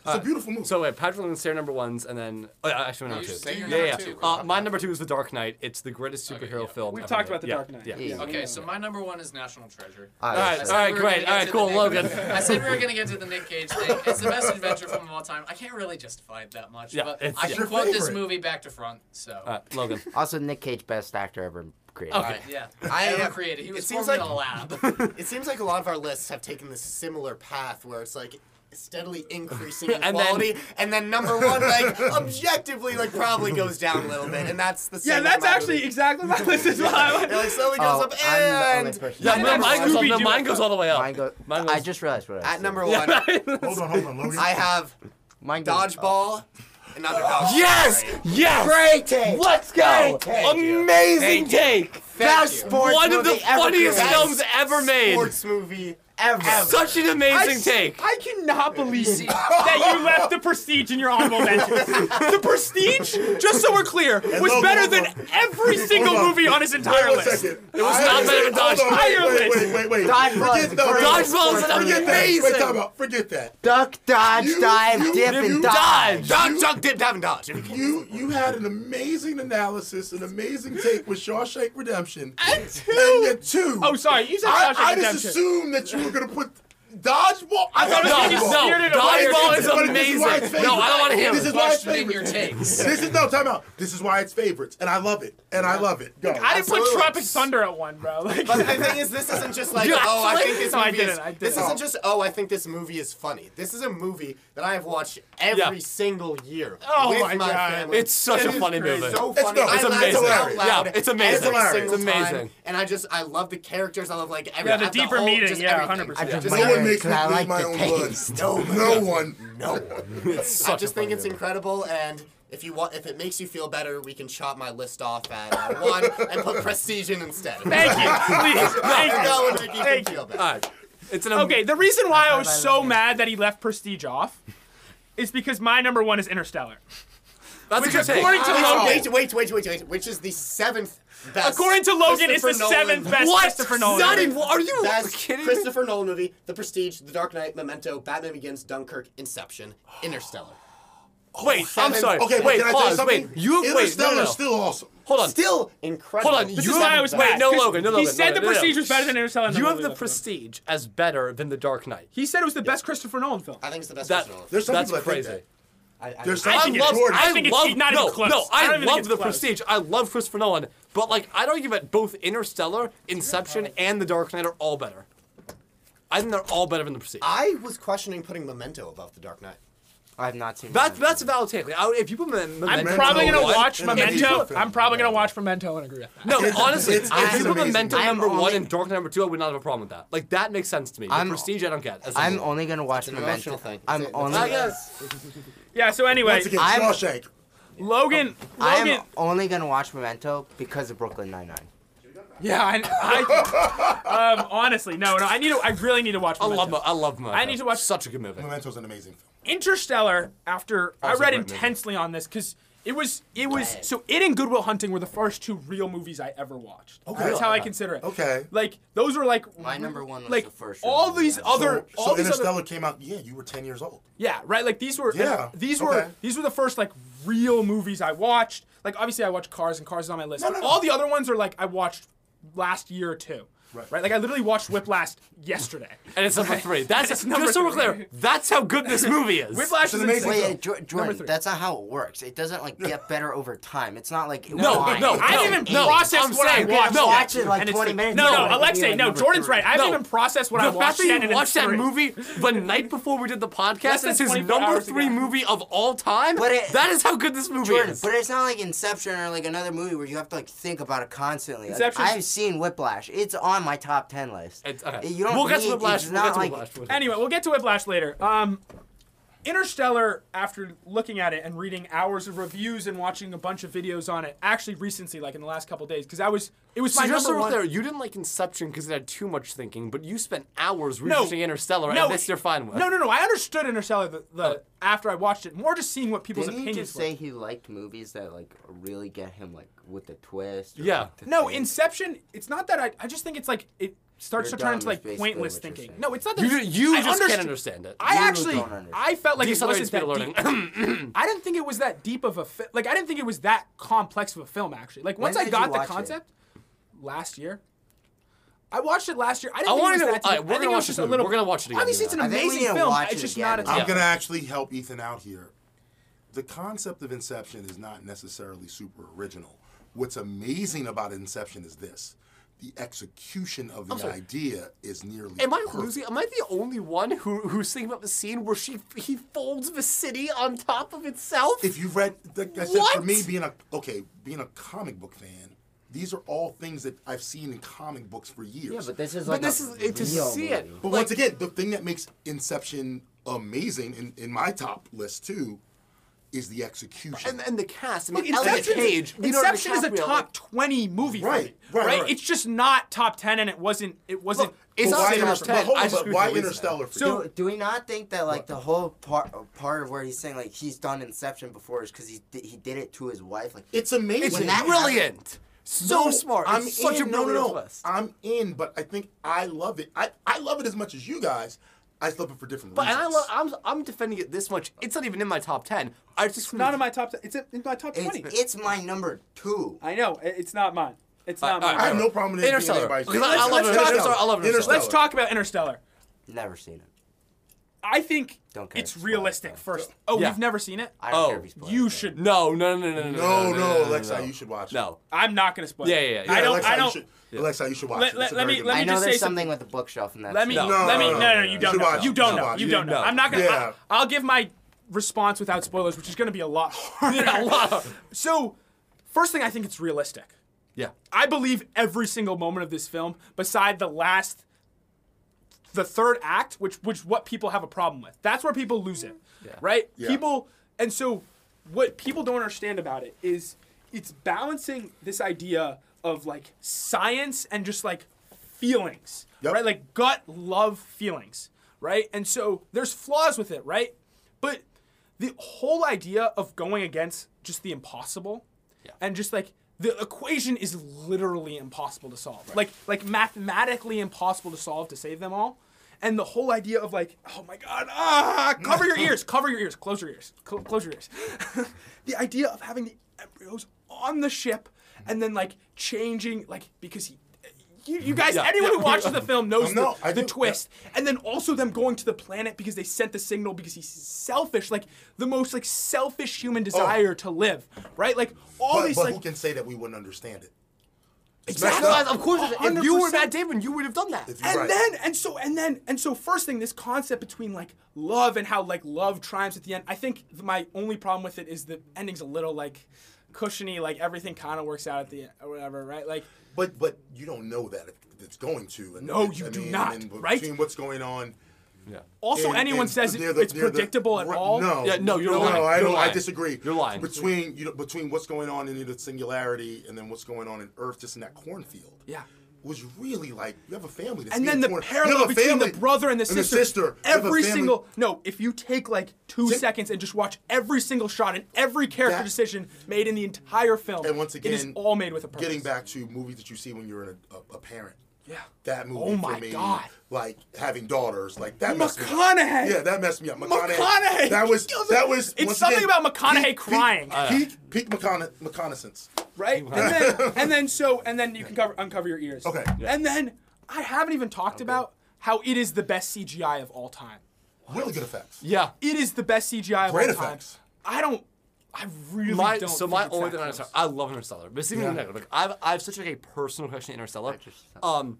It's a beautiful movie. So wait, Patrick Lincoln's their number ones, and then oh, yeah, actually my number You two. say Yeah, your yeah. number two. Uh, my number two is The Dark Knight. It's the greatest Okay, superhero yeah. film. We've ever talked made. about the yeah, Dark Knight. Yeah. Yeah. Okay, so my number one is National Treasure. All All right, right, all so- right, we were gonna great, all right, get to cool, the Nick- Logan. I said we were gonna get to the Nick Cage thing. It's the best adventure film of all time. I can't really justify it that much, Yeah, but it's- I yeah. can Your quote this favorite. movie back to front. So, All right, Logan. Also, Nick Cage, best actor ever created. Oh, All right, yeah, I I ever am- created. He it was seems formed in like- a lab. It seems like a lot of our lists have taken this similar path where it's like steadily increasing in And then- quality, and then number one, like objectively, like probably goes down a little bit, and that's the same. Yeah, with that's my actually movie. exactly my list as It well. like slowly goes Oh, up, I'm the only and person. Yeah, Mine no, goes mine, goes all, no, Scooby-Doo mine goes all the way up. Mine go, Mine I goes- just realized what I at said. number one, hold on, hold on, Logan. I have Mine goes up. dodgeball and underdog. Yes! Yes! Great take. Let's go! Great take. Amazing take! Thank Best you. sports One of movie the ever funniest created. films ever made. Sports movie ever. Such an amazing s- take. I cannot believe that you left the prestige in your honorable mentions. the prestige, just so we're clear, was hold on, better hold than on. every single Hold on. movie on his entire Wait one list. second. was I not better than understand- hold Dodgeball. on, Wait, wait, wait, wait. Dodgeball is Forget that. Dodgeball is an Forget that. Wait, amazing- time out. Forget that. Duck, dodge, You- dive, you- dip, you and Dodge, dodge. dodge, dodge, dip, dab, and dodge. You you had an amazing analysis, an amazing take with Shawshank Redemption. And two. And yet two. Oh, sorry, you said I, Shawshank I just Redemption. assumed that you were gonna put dodgeball. I thought it was No, You just steered no, it away. dodgeball is But this is why it's amazing. favorite. No, I don't want to hear This is it. why it's Questioning your favorite. takes. This is no time out. This is why it's favorites, and I love it, and I love it. Go. I didn't put Absolutely. Tropic Thunder at one, bro. Like, But the thing is, this isn't just like, You oh, I actually- think this No, I movie didn't, is. I didn't. This No. isn't just, oh, I think this movie is funny. This is a movie that I have watched every Yeah. single year Oh with my my, God. family. It's such a It is funny crazy. movie. so It's funny. not- I it's laugh amazing. out loud Yeah, it's amazing. every It's single hilarious. time, Amazing. and I just I love the characters. I love like every Yeah, the deeper whole, meaning, just yeah, everything. 100%. I just- Just No one Mine, makes 'cause me I bleed like my the own taste. blood. No one. No one. I such a just think funny it's movie. incredible, and if you want, if it makes you feel better, we can chop my list off at uh, one and put Prestige in instead. thank you, please. Thank That you. would make you Thank feel better. All right. It's an Okay, the reason why I was so mad that he left Prestige off is because my number one is Interstellar. That's a good take. according to- Wait, Wow. Wait, wait, wait, wait, wait. Which is the seventh best. Oh. According to Logan, it's the Christopher Nolan seventh best What? Christopher Nolan. Not movie. even. Are you Best kidding me? Christopher Nolan movie, The Prestige, The Dark Knight, Memento, Batman Begins, Dunkirk, Inception, Interstellar. Wait, I'm Seven- sorry. Okay, but wait, can I tell you pause. something? Wait, you wait. No, Interstellar's no, no. still awesome. Hold on. Still incredible. Hold on, This you is why have I was wait, mad, no 'cause Logan, no He Logan, said Logan, the no, no. Prestige was better than Interstellar. You No, have we the left it. prestige as better than the Dark Knight. He said it was the best Christopher Nolan film. I think it's the best. That, Christopher Nolan. There's some that's people that think crazy. I, I, There's I- I I think it love. is. I I think it's love. not even no, close. no, I don't I, even think love it's the close. prestige. I love Christopher Nolan, but like, I don't give it. Both Interstellar, Inception, and The Dark Knight are all better. I think they're all better than the prestige. I was questioning putting Memento above The Dark Knight. I've not seen That's that. that's a valid take. Like, I, if you put Mem- I'm Memento, probably gonna one- watch And then you Memento. put- I'm probably gonna watch Memento and agree with that. No, honestly, it's- if it's you put amazing. Memento I'm number one only- and Dark Knight number two, I would not have a problem with that. Like that makes sense to me. The I'm- prestige, I don't get. as a I'm whole. only gonna watch It's an Memento. emotional thing. I'm It's a- only. I guess. Yeah. So anyway, Once again, I'm- Shawshank. Logan. I Logan. am only gonna watch Memento because of Brooklyn Nine Nine. yeah. I, I, um. Honestly, no, no. I need to. I really need to watch. I Memento. love. Mo- I love Memento. I need to watch- Such a good movie. Memento's an amazing film. Interstellar. After Also I read a great intensely on this because it was it was Right. so it and Goodwill Hunting were the first two real movies I ever watched. Okay. That's how I Okay. consider it. Okay. Like those were like My number one was like the first all movie these I So- other so, all these other Interstellar came out. Yeah, you were 10 years old. Yeah, right. Like these were Yeah, these were okay. these were the first like real movies I watched. Like obviously I watched Cars and Cars is on my list. No, no, no. All the other ones are like I watched last year or two. Right. Like I literally watched Whip last yesterday. And it's number three. That's number just so we're three. clear. That's how good this movie is. Whiplash is an amazing- amazing. Wait, So- uh, Jor- Jordan, three. that's not how it works. It doesn't like get better over time. It's not like No, wine. no, I no, haven't even no, processed I'm what saying, I watched. no. yet, Watch it, like, and it's 20 the- minutes No, ago, no, and it'd be, Alexei, like, no, number Jordan's three. right. I haven't No. even processed what I the watched. fact that yet, and you it's watched that three. movie the night before we did the Less podcast than is his 24 number hours three ago. movie of all time. But it- that is how good this movie Jordan, is. but it's not like Inception or like another movie where you have to like think about it constantly. Like, Inception's- I've seen Whiplash. It's on my top ten list. It's- okay. You don't we'll get need- to Whiplash. it's We'll get not to like- Whiplash. We'll- Anyway, we'll get to Whiplash later. Um, Interstellar, after looking at it and reading hours of reviews and watching a bunch of videos on it, actually recently, like in the last couple days, because I was it was So my just so number we're one. clear, you didn't like Inception because it had too much thinking, but you spent hours researching Interstellar, no, and this you're fine with. Oh. No, no, no. I understood Interstellar the, the after I watched it, more just seeing what people's Didn't he opinions just were. say he liked movies that like really get him like with the twist? or, Yeah. like, the no, thing? Inception. It's not that I. I just think it's like it starts You're to turn dumb into is like basically pointless what you're thinking. saying. No, it's not that. you, it's- you I just underst- can't understand it. I You actually, don't understand. I felt like it Decelerates wasn't that speed deep. I didn't think it was that deep of a fi- like. I didn't think it was that complex of a film actually. Like once When I did got the you watch it? concept last year, I watched it last year. I didn't I think wanna it was know- that deep. alright, we're I think gonna it was watch just this a movie. little. We're gonna watch it again, Obviously, it's you an know. I think we amazing need to film. watch It's it just again. not a Yeah. I'm top. gonna actually help Ethan out here. The concept of Inception is not necessarily super original. What's amazing about Inception is this: the execution of the idea is nearly. Am I perfect. losing? Am I the only one who who's thinking about the scene where she he folds the city on top of itself? If you've read, like I said, for What? me being a okay, being a comic book fan, these are all things that I've seen in comic books for years. Yeah, but this is but like this a is eh, it, to real see it. movie. But once again, the thing that makes Inception amazing in, in my top list too is the execution. And, and the cast, I mean, Look, Elliot Inception, Cage, Leonardo Inception is a DiCaprio, top twenty movie, for Right, me, right, right. It's just not top ten, and it wasn't. It wasn't. it's but not why, in our Interst- top but 10. hold I on, just but why couldn't Interstellar for So- you? do, do we not think that like the whole part part of where he's saying like he's done Inception before is because he di- he did it to his wife like It's amazing. It's When that brilliant. So No, smart. I'm It's such in. a no, brilliant no, no. twist. I'm in, but I think I love it. I, I love it as much as you guys. I just love it for different But and reasons. I love, I'm I'm defending it this much. It's not even in my top ten. I just It's not in my top. 10. It's in my top it's, twenty. it's my number two. I know. it- It's not mine. It's not all right, I mine. have no problem with it being Interstellar. everybody's Because I- favorite. I love Let's Interstellar. talk- I love Interstellar. Let's talk about Interstellar. Never seen it. I think Don't care. it's realistic. First, oh, Yeah. you've never seen it? I don't Oh, care if he's spoiled. You should. No, no, no, no, no, No, no, no, Alexa, no. you should watch it. No, I'm not gonna spoil. Yeah, it. yeah, yeah. Yeah, I don't. Alexa, I You don't. should, Alexa, you should watch Let- it. let- It's a let very me- good let I me movie. know just there's say some- something with the bookshelf and that's Let me. No, let me. no, No, no, no, no. you You don't should know. watch it. You You don't should know. watch You it. don't know. No, I'm not gonna. yeah. I, I'll give my response without spoilers, which is gonna be a lot a harder. lot. of- so, first thing, I think it's realistic. Yeah. I believe every single moment of this film, beside the last, the third act, which which what people have a problem with. That's where people lose it, right? Yeah. People, and so what people don't understand about it is it's balancing this idea of like science and just like feelings, Yep. right? Like gut love feelings, right? And so there's flaws with it, right? But the whole idea of going against just the impossible and just like the equation is literally impossible to solve like like mathematically impossible to solve to save them all and the whole idea of like oh my god ah cover your ears cover your ears close your ears cl- close your ears the idea of having the embryos on the ship and then like changing like because he you, you guys, Mm-hmm. Yeah. anyone who watches the film knows No, the, I the do. twist, and then also them going to the planet because they sent the signal because he's selfish, like the most like selfish human desire to live, right? Like all Oh. But, these but like who can say that we wouldn't understand it? Exactly. messed up. Of course, if you were 100%. Matt Damon, you would have done that. If you- and Right. then and so and then and so first thing this concept between like love and how like love triumphs at the end i think th- my only problem with it is the ending's a little like cushiony like everything kind of works out at the end or whatever right like But but you don't know that if it's going to. And, No, and- you I do mean, not, and then right? Between what's going on. Yeah. also in- anyone in- says it, near the- it's near the- predictable at right- all No, Yeah, no, you're no, lying. No, I You're don't. lying. I disagree. You're lying. Between you know, between what's going on in the singularity and then what's going on in Earth, just in that cornfield. Yeah. Was really like you have a family. that's and then being the torn- you parallel have a between the family brother and the sister, You have a every family- single no if you take like two Take- seconds and just watch every single shot and every character That- decision made in the entire film And once again, it is all made with a purpose Getting back to movies that you see when you're a, a, a parent. Yeah. That movie Oh my for me, God. like having daughters, like that. messed me up. McConaughey! Yeah, that messed me up. McConaughey. McConaughey! That was He kills it. that was. It's once something again, uh, about McConaughey peak- crying. Peak peak, peak McCona- McConaissance. right? And then, and then so, and then you can cover uncover your ears. Okay. And then I haven't even talked about how it is the best CGI of all time. Really good effects. Yeah. It is the best CGI of Great all time. effects. I don't. I really My, don't. so think my it's only that thing on close. Interstellar, I love Interstellar, but it's even Yeah. negative. Like I've, I have such like a personal connection to Interstellar. just- um,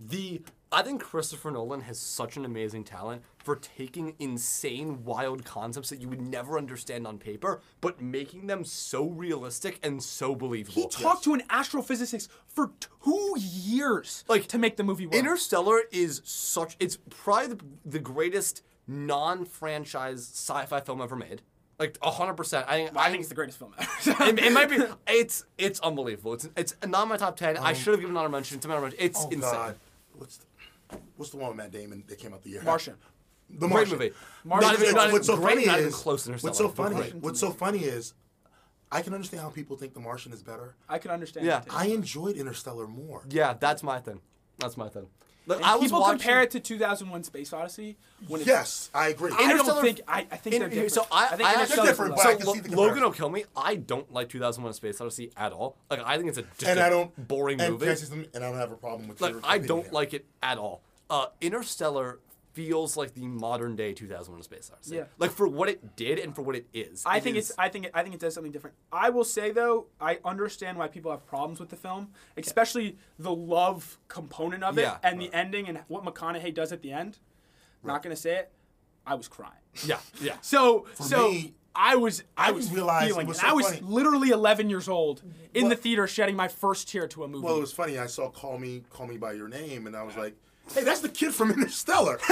the I think Christopher Nolan has such an amazing talent for taking insane, wild concepts that you would never understand on paper, but making them so realistic and so believable. He talked to an astrophysicist for two years, Like, to make the movie work. Interstellar is such. It's probably the, the greatest non-franchise sci-fi film ever made. Like hundred percent. I think. I think it's the greatest film ever. it, it might be. It's it's unbelievable. It's it's not in my top ten. I should have given it another mention. It's another mention. It's Oh insane. God. What's the, what's the one with Matt Damon that came out the year? Martian. The Great Martian. movie. Martian Not is even, not what's so even great, funny not is even close in what's so Interstellar, but funny. great. What's so funny is, I can understand how people think The Martian is better. I can understand. Yeah. that too. I enjoyed Interstellar more. Yeah, that's my thing. That's my thing. Look, And I was people watching, compare it to 2001: Space Odyssey. When it's, Yes, I agree. I Interstellar- don't think. I, I think In- they're different. So I, think I Interstellar's actually, They're different, the but so I can Lo- see the Logan comparison. will kill me. I don't like 2001: A Space Odyssey at all. Like I think it's a just and a I don't boring and movie. can I say something? and I don't have a problem with like your I opinion don't here. like it at all. Uh, Interstellar feels like the modern day 2001: A Space Odyssey. Yeah. Like for what it did and for what it is. I It think is- it's. I think. It, I think it does something different. I will say though, I understand why people have problems with the film, especially the love component of it Yeah. and the ending and what McConaughey does at the end. Not gonna say it. I was crying. yeah, yeah. So so me, I was. I I was didn't realize it feeling. was it. I so was funny. literally 11 years old in the theater, shedding my first tear to a movie. Well, it was funny. I saw "Call Me, Call Me by Your Name," and I was like, hey, that's the kid from Interstellar.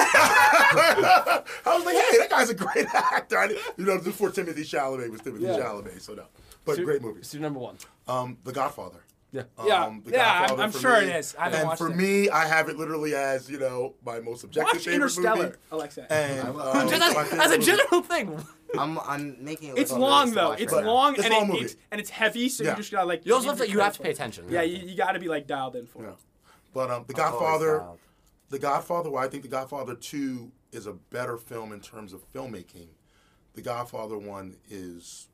I was like, hey, that guy's a great actor. I, you know, before Timothy Chalamet was Timothy Yeah. Chalamet, so no. But great movies. So number one. Um, The Godfather. Yeah. Yeah. Um, The Yeah, I'm- Godfather I'm for sure me. it is. I haven't and watched for it. me, I have it literally as you know my most subjective Watch favorite Interstellar, movie. Alexa. And uh, Just my as, favorite as a movie. general thing. I'm I'm making. It It's look like long it's though. watch It's right now. long It's and a long it, movie. it's and it's heavy, so Yeah. you just gotta like. You also have be to you have to pay careful. attention. Yeah, you, you gotta be like dialed in for Yeah. it. But um, The I've always Godfather, dialed. The Godfather. Well, I think The Godfather Two is a better film in terms of filmmaking. The Godfather One is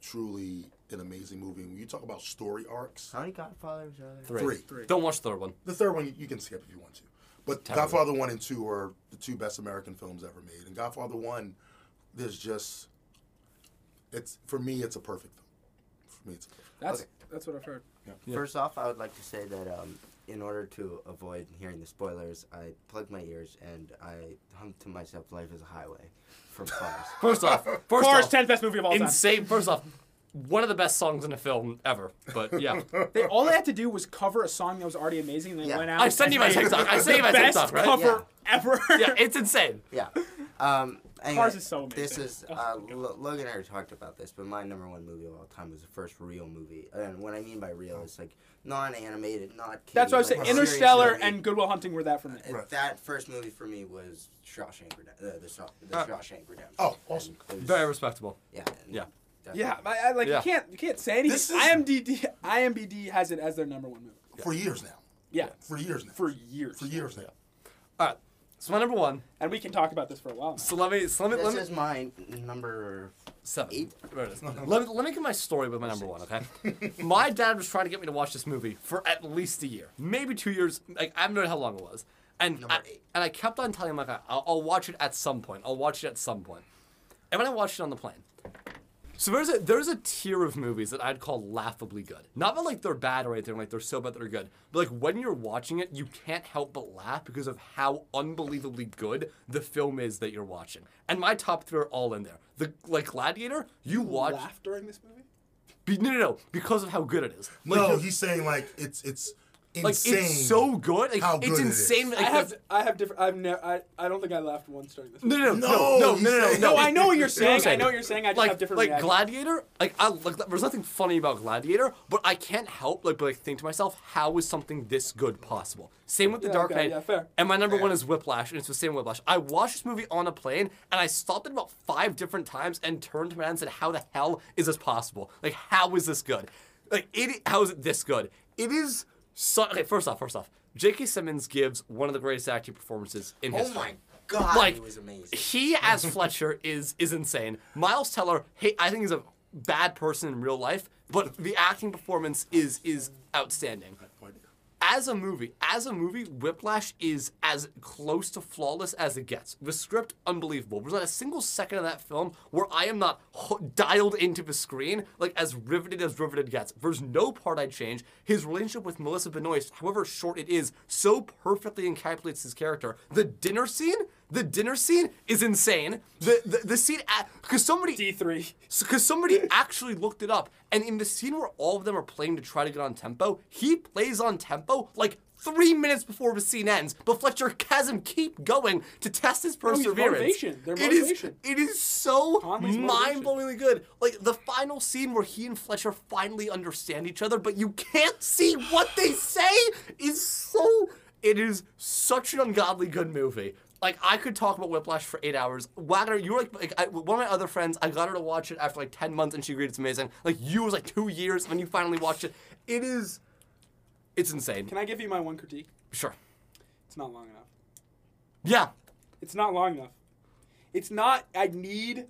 truly an amazing movie. When you talk about story arcs, How many Godfathers are there? Three. three. Don't watch the third one. The third one you- you can skip if you want to. But terrible. Godfather One and Two are the two best American films ever made. And Godfather One, there's just it's for me it's a perfect film. For me it's a perfect. film. That's that's what I've heard. First off, I would like to say that um, in order to avoid hearing the spoilers, I plugged my ears and I hummed to myself "Life is a Highway" from Cars. First off, first Cars, off, tenth best movie of all time. insane. First off, one of the best songs in a film ever. But yeah, They all they had to do was cover a song that was already amazing, and they Yeah. went out. I send you my and made TikTok. I send you my the best TikTok, right? cover ever. Yeah, it's insane. yeah. Um, anyway, Cars is so amazing. This is uh, Lo- Logan and I talked about this, but my number one movie of all time was the first real movie, and what I mean by real is like non-animated, not. Kiddie, that's why I like, say a serious Interstellar movie. and Goodwill Hunting were that for me. And Right. That first movie for me was Shawshank Redemption. Uh, the Shaw- the Uh, Shawshank Redemption. Oh, awesome. And it was- Very respectable. Yeah. and Yeah. that- Yeah, I, I, like Yeah. you can't you can't say anything. This is- IMDb IMDb has it as their number one movie. For years now. Yeah, For years now. for years. For years now. All right. So my number one. and we can talk about this for a while. Now. So let me so let me let This me is my number. seven. eight? There it is. Let me let me get my story with my number one. Okay. my dad was trying to get me to watch this movie for at least a year, maybe two years. Like I don't know how long it was. And I, eight. and I kept on telling him like I- I'll, I'll watch it at some point. I'll watch it at some point. And when I watched it on the plane, So there's a there's a tier of movies that I'd call laughably good. Not that like they're bad or anything, like they're so bad that they're good. But like when you're watching it, you can't help but laugh because of how unbelievably good the film is that you're watching. And my top three are all in there. The like Gladiator, you watch Laugh during this movie. be, no no no because of how good it is. Like, no, you're- he's saying like it's it's insane. like it's so good. Like how it's good it is. insane. Like, I have the- I have different. I've never. I, I don't think I laughed once during this. no movie. no no no No, no no he's no. saying- No, no, I know what you're You saying. what I'm I know what you're saying. I just like, have different like reactions. Gladiator, like I like there's nothing funny about Gladiator, but I can't help like but like think to myself, how is something this good possible? Same with The Yeah, Dark okay, Knight. yeah, fair. And my number one is Whiplash, and it's the same Whiplash. I watched this movie on a plane, and I stopped it about five different times, and turned to my dad and said, "How the hell is this possible? Like, how is this good? Like, it how is it this good? It is so. Okay, first off, first off, J.K. Simmons gives one of the greatest acting performances in Oh history. my god! Like, it was amazing. He as Fletcher is is insane. Miles Teller, hey, I think he's a bad person in real life, but the acting performance is is outstanding. As a movie, as a movie, Whiplash is as close to flawless as it gets. The script, unbelievable. There's not a single second of that film where I am not ho- dialed into the screen, like as riveted as riveted gets. There's no part I'd change. His relationship with Melissa Benoist, however short it is, so perfectly encapsulates his character. The dinner scene, the dinner scene is insane. The the, the scene, because somebody D three. because somebody actually looked it up, and in the scene where all of them are playing to try to get on tempo, he plays on tempo like three minutes before the scene ends. But Fletcher has him keep going to test his he's perseverance. motivation. They're It is- motivation. it is so Conley's motivation. mind-blowingly good. Like the final scene where he and Fletcher finally understand each other, but you can't see what they say is so. It is such an ungodly good movie. Like I could talk about Whiplash for eight hours. Wagner, you were like, like I, one of my other friends. I got her to watch it after like ten months, and she agreed it's amazing. Like you it was like two years, and you finally watched it. It is, it's insane. Can I give you my one critique? sure. It's not long enough. Yeah. It's not long enough. It's not. I need.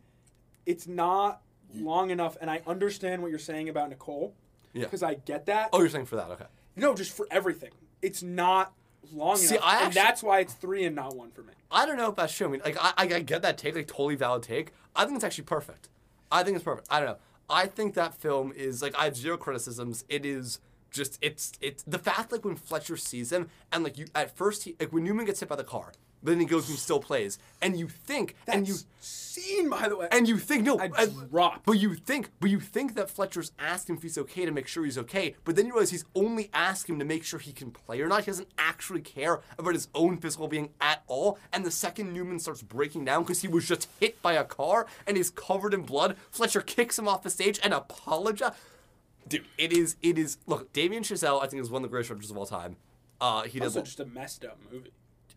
It's not long enough, and I understand what you're saying about Nicole. Yeah. Because I get that. Oh, you're saying for that? Okay. No, just for everything. It's not long See, enough, I and actually- that's why it's three and not one for me. I don't know if that's true. I mean, like, I, I, I get that take, like, totally valid take. I think it's actually perfect. I think it's perfect. I don't know. I think that film is like I have zero criticisms. It is just it's it's the fact like when Fletcher sees him and like you at first he like when Newman gets hit by the car, Then he goes and still plays, and you think, and you seen by the way. and you think no, I uh, dropped. But you think, but you think that Fletcher's asking if he's okay to make sure he's okay. But then you realize he's only asking him to make sure he can play or not. He doesn't actually care about his own physical being at all. And the second Newman starts breaking down because he was just hit by a car and he's covered in blood, Fletcher kicks him off the stage and apologizes. Dude, it is, it is. Look, Damien Chazelle, I think, is one of the greatest rappers of all time. Uh, he does. also just a messed up movie.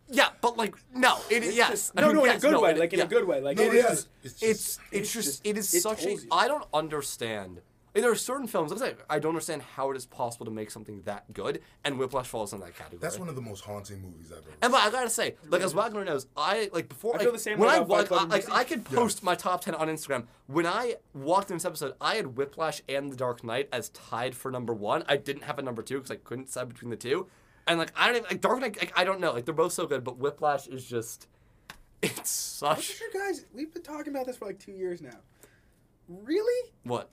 Yeah, but like no, it is yes. I no, mean, no, in a yes, good way. it- like in yeah. a good way. Like No, it yeah. is. It's It's just- it's it's just, just- it is it such a tells you. I don't understand. like, There are certain films. it's Like, I don't understand how it is possible to make something that good, and Whiplash falls in that category. That's one of the most haunting movies I've ever. And but I gotta say, like as Wagner knows, I like before I like, feel the same when way I like, about Black I, Bottom like Disease. I could post my top ten on Instagram. When I walked in this episode, I had Whiplash and The Dark Knight as tied for number one. I didn't have a number two because I couldn't decide between the two. And like I don't even like Dark Knight. Like, I don't know. Like they're both so good, but Whiplash is just it's such you guys, we've been talking about this for like two years now. Really? what.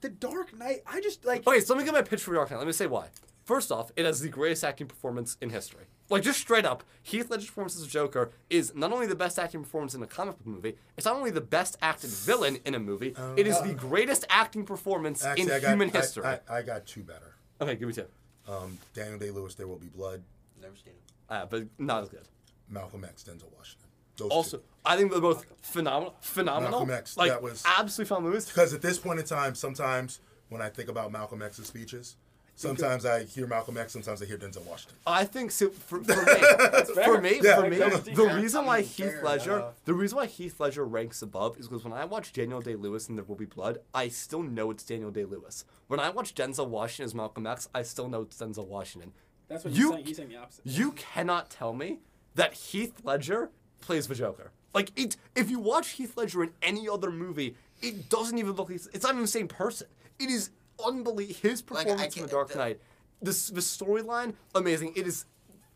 The Dark Knight. I just like. Okay, so let me get my pitch for Dark Knight. Let me say why. First off, it has the greatest acting performance in history. Like just straight up, Heath Ledger's performance as Joker is not only the best acting performance in a comic book movie, it's not only the best acted villain in a movie, it is the greatest acting performance in Oh, I got, human I- history. I, I got two better. okay, give me two. Um, Daniel Day Lewis, There Will Be Blood. Never seen it. Uh, but not as good. Malcolm X, Denzel Washington. Those Also, I think they're both phenomenal, phenomenal, Malcolm X, like that was- absolutely phenomenal movies. because at this point in time, sometimes when I think about Malcolm X's speeches, sometimes I hear Malcolm X, sometimes I hear Denzel Washington. I think so. For, for me, for fair. me, Yeah. for me, That's the fair. reason why Heath fair Ledger, enough. the reason why Heath Ledger ranks above is because when I watch Daniel Day Lewis in There Will Be Blood, I still know it's Daniel Day Lewis. When I watch Denzel Washington as Malcolm X, I still know it's Denzel Washington. That's what You- he's saying. He's saying the opposite. You cannot tell me that Heath Ledger plays the Joker. Like it, if you watch Heath Ledger in any other movie, it doesn't even look. like It's not even the same person. It is unbelievable. His I performance in can't- The Dark the- Knight, this the storyline, amazing. It is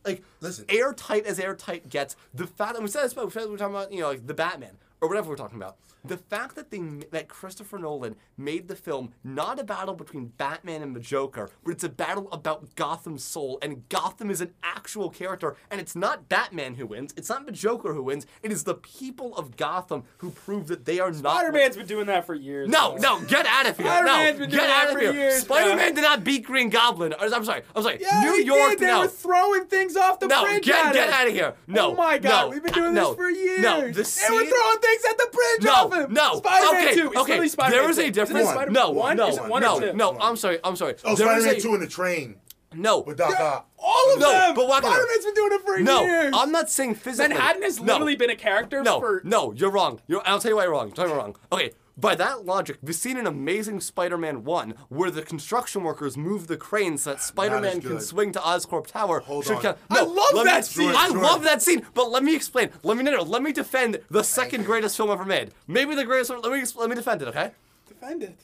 like Listen. airtight as airtight gets. The fact that we said this about we said- we we're talking about you know like the Batman or whatever we're talking about. The fact that they m- that Christopher Nolan made the film not a battle between Batman and the Joker, but it's a battle about Gotham's soul, and Gotham is an actual character, and it's not Batman who wins, it's not the Joker who wins, it is the people of Gotham who prove that they are not. Spider Man's been doing that for years. No, man. no, get out of here. Spider-Man's no, been get doing out that of for here. years, bro. Spider Man did not beat Green Goblin. Or, I'm sorry. I'm sorry. Yeah, New he York, Did. They no. were throwing things off the no, bridge. get, at get him. out of here. No. Oh my God, no, we've been doing no, this for years. No, the They were scene- throwing things at the bridge no, off him. no. Spider-Man okay, 2. It's okay. literally Spider-Man There is 2. a Isn't it difference. Spider-Man No, one? no, Is it one or no, two? no. I'm sorry. I'm sorry. Oh, there is Spider-Man a, Two in the train No. with Doc Ock. All of No, them. but what- Spider-Man's been doing it for No, years. I'm not saying physically. Manhattan has No. literally been a character No, for. no, you're wrong. You're, I'll tell you why you're wrong. Tell you why you're wrong. Okay, by that logic, we've seen an amazing Spider-Man one where the construction workers move the crane so that Spider-Man can good. swing to Oscorp Tower. Hold Should on. count- I love let that me- scene. I George, love George. that scene. But let me explain. Let me no, no, let me defend the second greatest film ever made. Maybe the greatest. one- Let me let me defend it. Okay Defend it.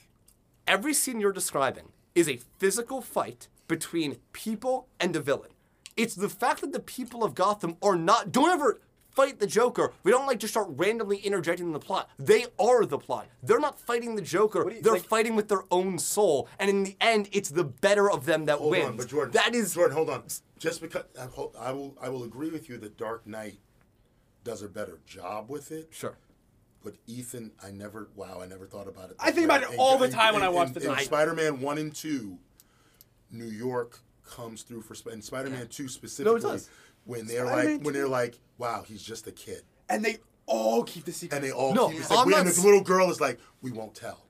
every scene you're describing is a physical fight between people and a villain. It's the fact that the people of Gotham are not don't ever fight the Joker. We don't like to start randomly interjecting the plot. They are the plot. They're not fighting the Joker. you- They're like- fighting with their own soul. And in the end, it's the better of them that Hold wins. on, but Jordan, that is Jordan. Hold on, just because I hol- I will, I will agree with you that Dark Knight does a better job with it. sure. But Ethan, I never, wow, I never thought about it. I think about it all the time when I watch the in, Dark Knight. Spider-Man One and Two, New York comes through for Sp- and Spider-Man Two specifically. does. When they're Spider-Man like, when 2. they're like, wow, he's just a kid, And they all keep the secret. and they all No, keep it's I'm like, we, not and this s- little girl is like, we won't tell.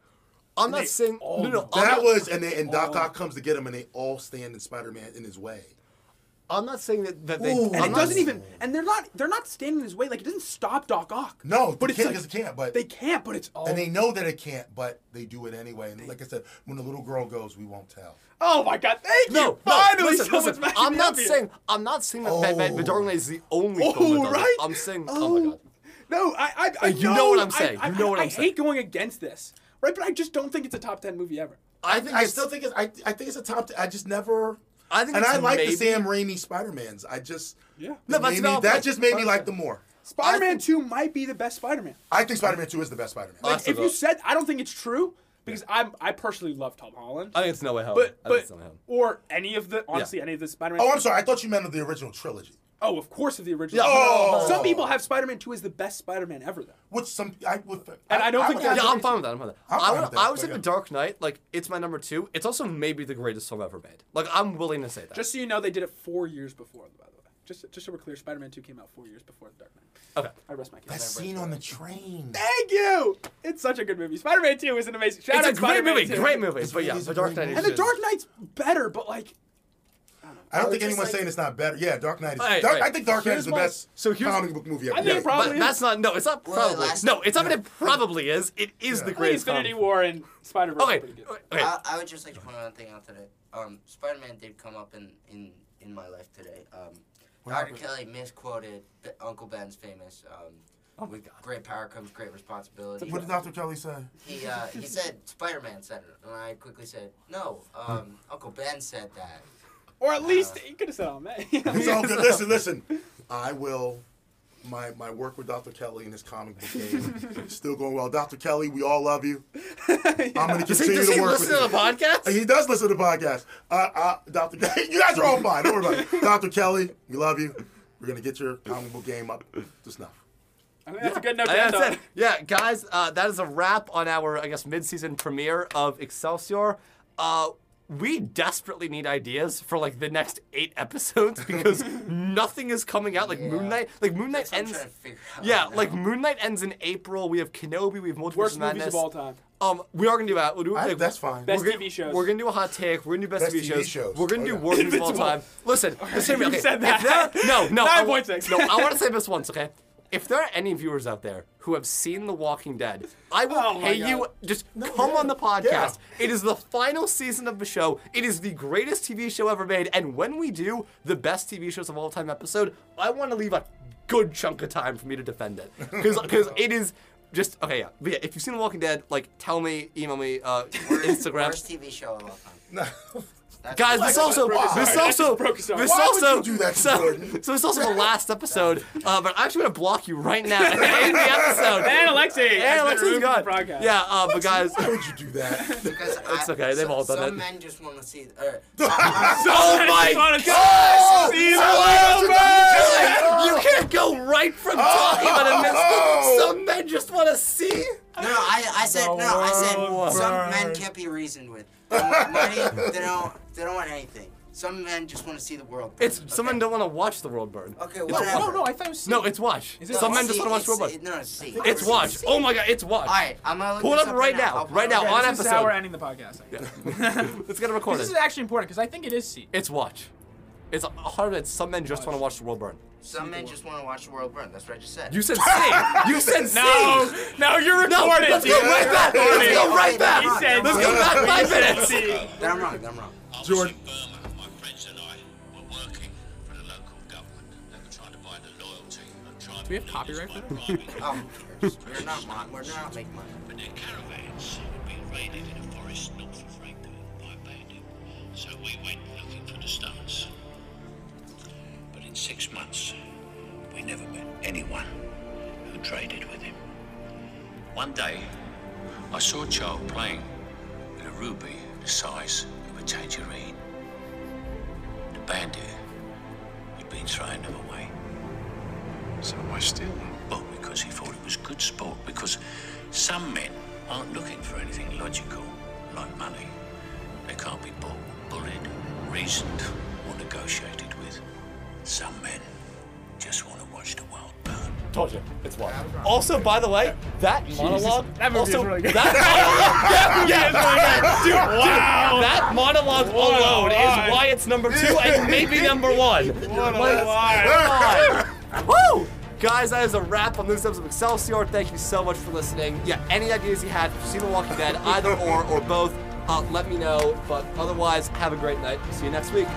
I'm not saying all no, no. I'm That not- was, and they, and Doc Ock comes to get him, and they all stand in Spider-Man in his way. I'm not saying that, that they. Ooh. I'm and it not- doesn't even. And they're not. They're not standing in his way. Like it doesn't stop Doc Ock. No, but but it's can't, like- because it can't. But They can't. But it's all. and they know that it can't, but they do it anyway. And like I said, when the little girl goes, we won't tell. oh my God! Thank No, you. no, Finally, listen, someone's listen, backing I'm me not up here. saying I'm not saying that Bad- Bad- The Dark Knight is the only film that Oh does it. right. I'm saying oh, my god. No, I, I, I You know know what I'm I- saying. I, You know what I, I'm I saying. hate going against this, right? But I just don't think it's a top ten movie ever. I think I it's- still think it's. I, I think it's a top. t- I just never. I think and it's I like maybe- the Sam Raimi Spider Mans. I just Yeah. No, No, but it's me, not- that just made me like them more. Spider-Man Two might be the best Spider-Man. I think Spider Man Two is the best Spider Man. I Like, still if you don't- said, I don't think it's true because I'm, I personally love Tom Holland, I think it's No Way Home. but I think it's but No Way Home. or any of the honestly any of the Spider-Man. Oh, oh, I'm sorry. I thought you meant of the original trilogy. Oh, of course, of the original. Yeah. Oh. Some people have Spider-Man Two as the best Spider-Man ever, though. Which some I would. And I don't think would that's- have Yeah, to- I'm fine with that. I'm fine with that. I'm I fine would, with that, I would but say yeah. The Dark Knight, like, it's my number two. It's also maybe the greatest film ever made. Like, I'm willing to say that. Just so you know, they did it four years before, by the way. Just, just so we're clear, Spider-Man Two came out four years before The Dark Knight. Okay. I rest my case. That scene on the train. Thank you. It's such a good movie. Spider-Man Two is an amazing. Shout it's out a great Spider-Man movie, 2. great movie. It's But yeah, really The a Dark great Knight is movie. And The just- Dark Knight's better, but like, I don't think just anyone's like- saying it's not better. Yeah, Dark Knight is. Alright, Dark, alright. I think Dark Knight Here's is the my- best so here's- comic book movie ever. I think made. it probably But is. that's not, no, it's not Well, it probably. lasted- No, it's not that Yeah. it probably is. It is the I think greatest Infinity comic- War and Spider-Verse. are Okay, pretty good. okay. Uh, I, I would just like to point one thing out today. Um, Spider Man did come up in, in, in my life today. Um, What Dr. happened? Kelly misquoted B- Uncle Ben's famous. Um, Oh with great power comes great responsibility. What did Dr. Kelly say? He uh, he said Spider Man said it, and I quickly said no. Um, Uncle Ben said that. Or at least you could have said, "Oh man." It's all good. Listen, listen. I will. My my work with Dr. Kelly and his comic book game is still going well. Dr. Kelly, we all love you. I'm going to Does he, continue does he to work listen with to you. the podcast? He does listen to the podcast. Uh, uh, Dr. Kelly, you guys are all fine. Don't worry about it. Dr. Kelly, we love you. We're going to get your comic book game up to snuff. I think that's a good note to And end that's on. it. Yeah, guys, uh, that is a wrap on our, I guess, mid-season premiere of Excelsior. Uh, we desperately need ideas for like the next eight episodes because nothing is coming out. Like Moon Yeah. Knight, like Moon Knight That's what I'm ends. trying to figure out. Yeah, right like now. Moon Knight ends in April. We have Kenobi. We have Multiverse Worst movies Madness. of all time. Um, we are gonna do that. We'll do I- like, that's fine. Best we're gonna, TV shows. We're gonna do a hot take. We're gonna do best, Best TV, TV shows. We're gonna Oh, do yeah. worst movies of all time. Listen, the same. You Okay, said if that. there- no, no. I wa- 9.6. No, I want to say this once. Okay, if there are any viewers out there who have seen The Walking Dead, I will Oh, my pay you. God. Just come on the podcast. Yeah. It is the final season of the show. It is the greatest TV show ever made. And when we do the best TV shows of all time episode, I want to leave a good chunk of time for me to defend it because it is. Just okay, yeah. But yeah, if you've seen The Walking Dead, like tell me, email me, uh, Instagram. Worst TV show of all time. That's Guys, this Like, also, why? this That also, just broke us up. this Why would also, you do that to so, Jordan? so this also the last episode. Uh, but I'm actually gonna block you right now in the episode. And Alexei has been and Alexei's removed from gone. the broadcast. Yeah, uh, but guys, Why would you do that? because I- It's okay, they've so- all done some it. men just want to see. Uh, I- oh I just my wanna- god, See you you can't go right from talking about a Oh! mess. Some men just want to see. I- no, no, I, I said no. I world said some men burns. can't be reasoned with. They want money. They don't. They don't want anything. Some men just want to see the world. burn. It's some men don't want to watch the world burn. Okay, It's a whatever. watch. No, no, I thought it was. No, it's watch. Is it- Some men See, just want to watch the world it's- burn. No, no, see. It's watch. Oh my god, it's watch. All right, I'm gonna look Pull it this up right now, I'll pull right it up now, right on this is how episode. we're ending the podcast. I guess. Let's get it recorded. This is actually important because I think it is C. It's watch. It's hard that some men just want to watch the world burn. Some men just want to watch the world burn. That's what I just said. You said C. You said C. No, no, you're No, recorded. let's go dude. right back. Let's go right back. He said Let's go back five minutes. C. Then I'm wrong. Then I'm wrong. I was Jordan. in Burma. My friends and I were working for the local government. They were trying to buy the loyalty of tribal we have leaders copyright by for that? bribing Oh, them. we're not. mon- We're not making money. But their caravans had been raided in a forest north of Rangoon by a bandit. So we went looking for the stars. But in six months, we never met anyone who traded with him. One day, I saw a child playing with a ruby the size of a tangerine. The bandit had been throwing them away. So why steal them? Well, because he thought it was good sport. Because some men aren't looking for anything logical, like money. They can't be bought, bullied, reasoned, or negotiated with. Some men just want to watch the world burn. Told you. It's watch. Also, by the way, that monologue. That movie is also, really good. That monologue. yeah, yeah, yeah, dude, dude, that monologue alone line. is why it's number two and maybe number one. What a Like, lie. Come on. Woo! Guys, that is a wrap on this episode of Excelsior. Thank you so much for listening. Yeah, any ideas you had, see The Walking Dead, either or or both, uh, let me know. But otherwise, have a great night. See you next week.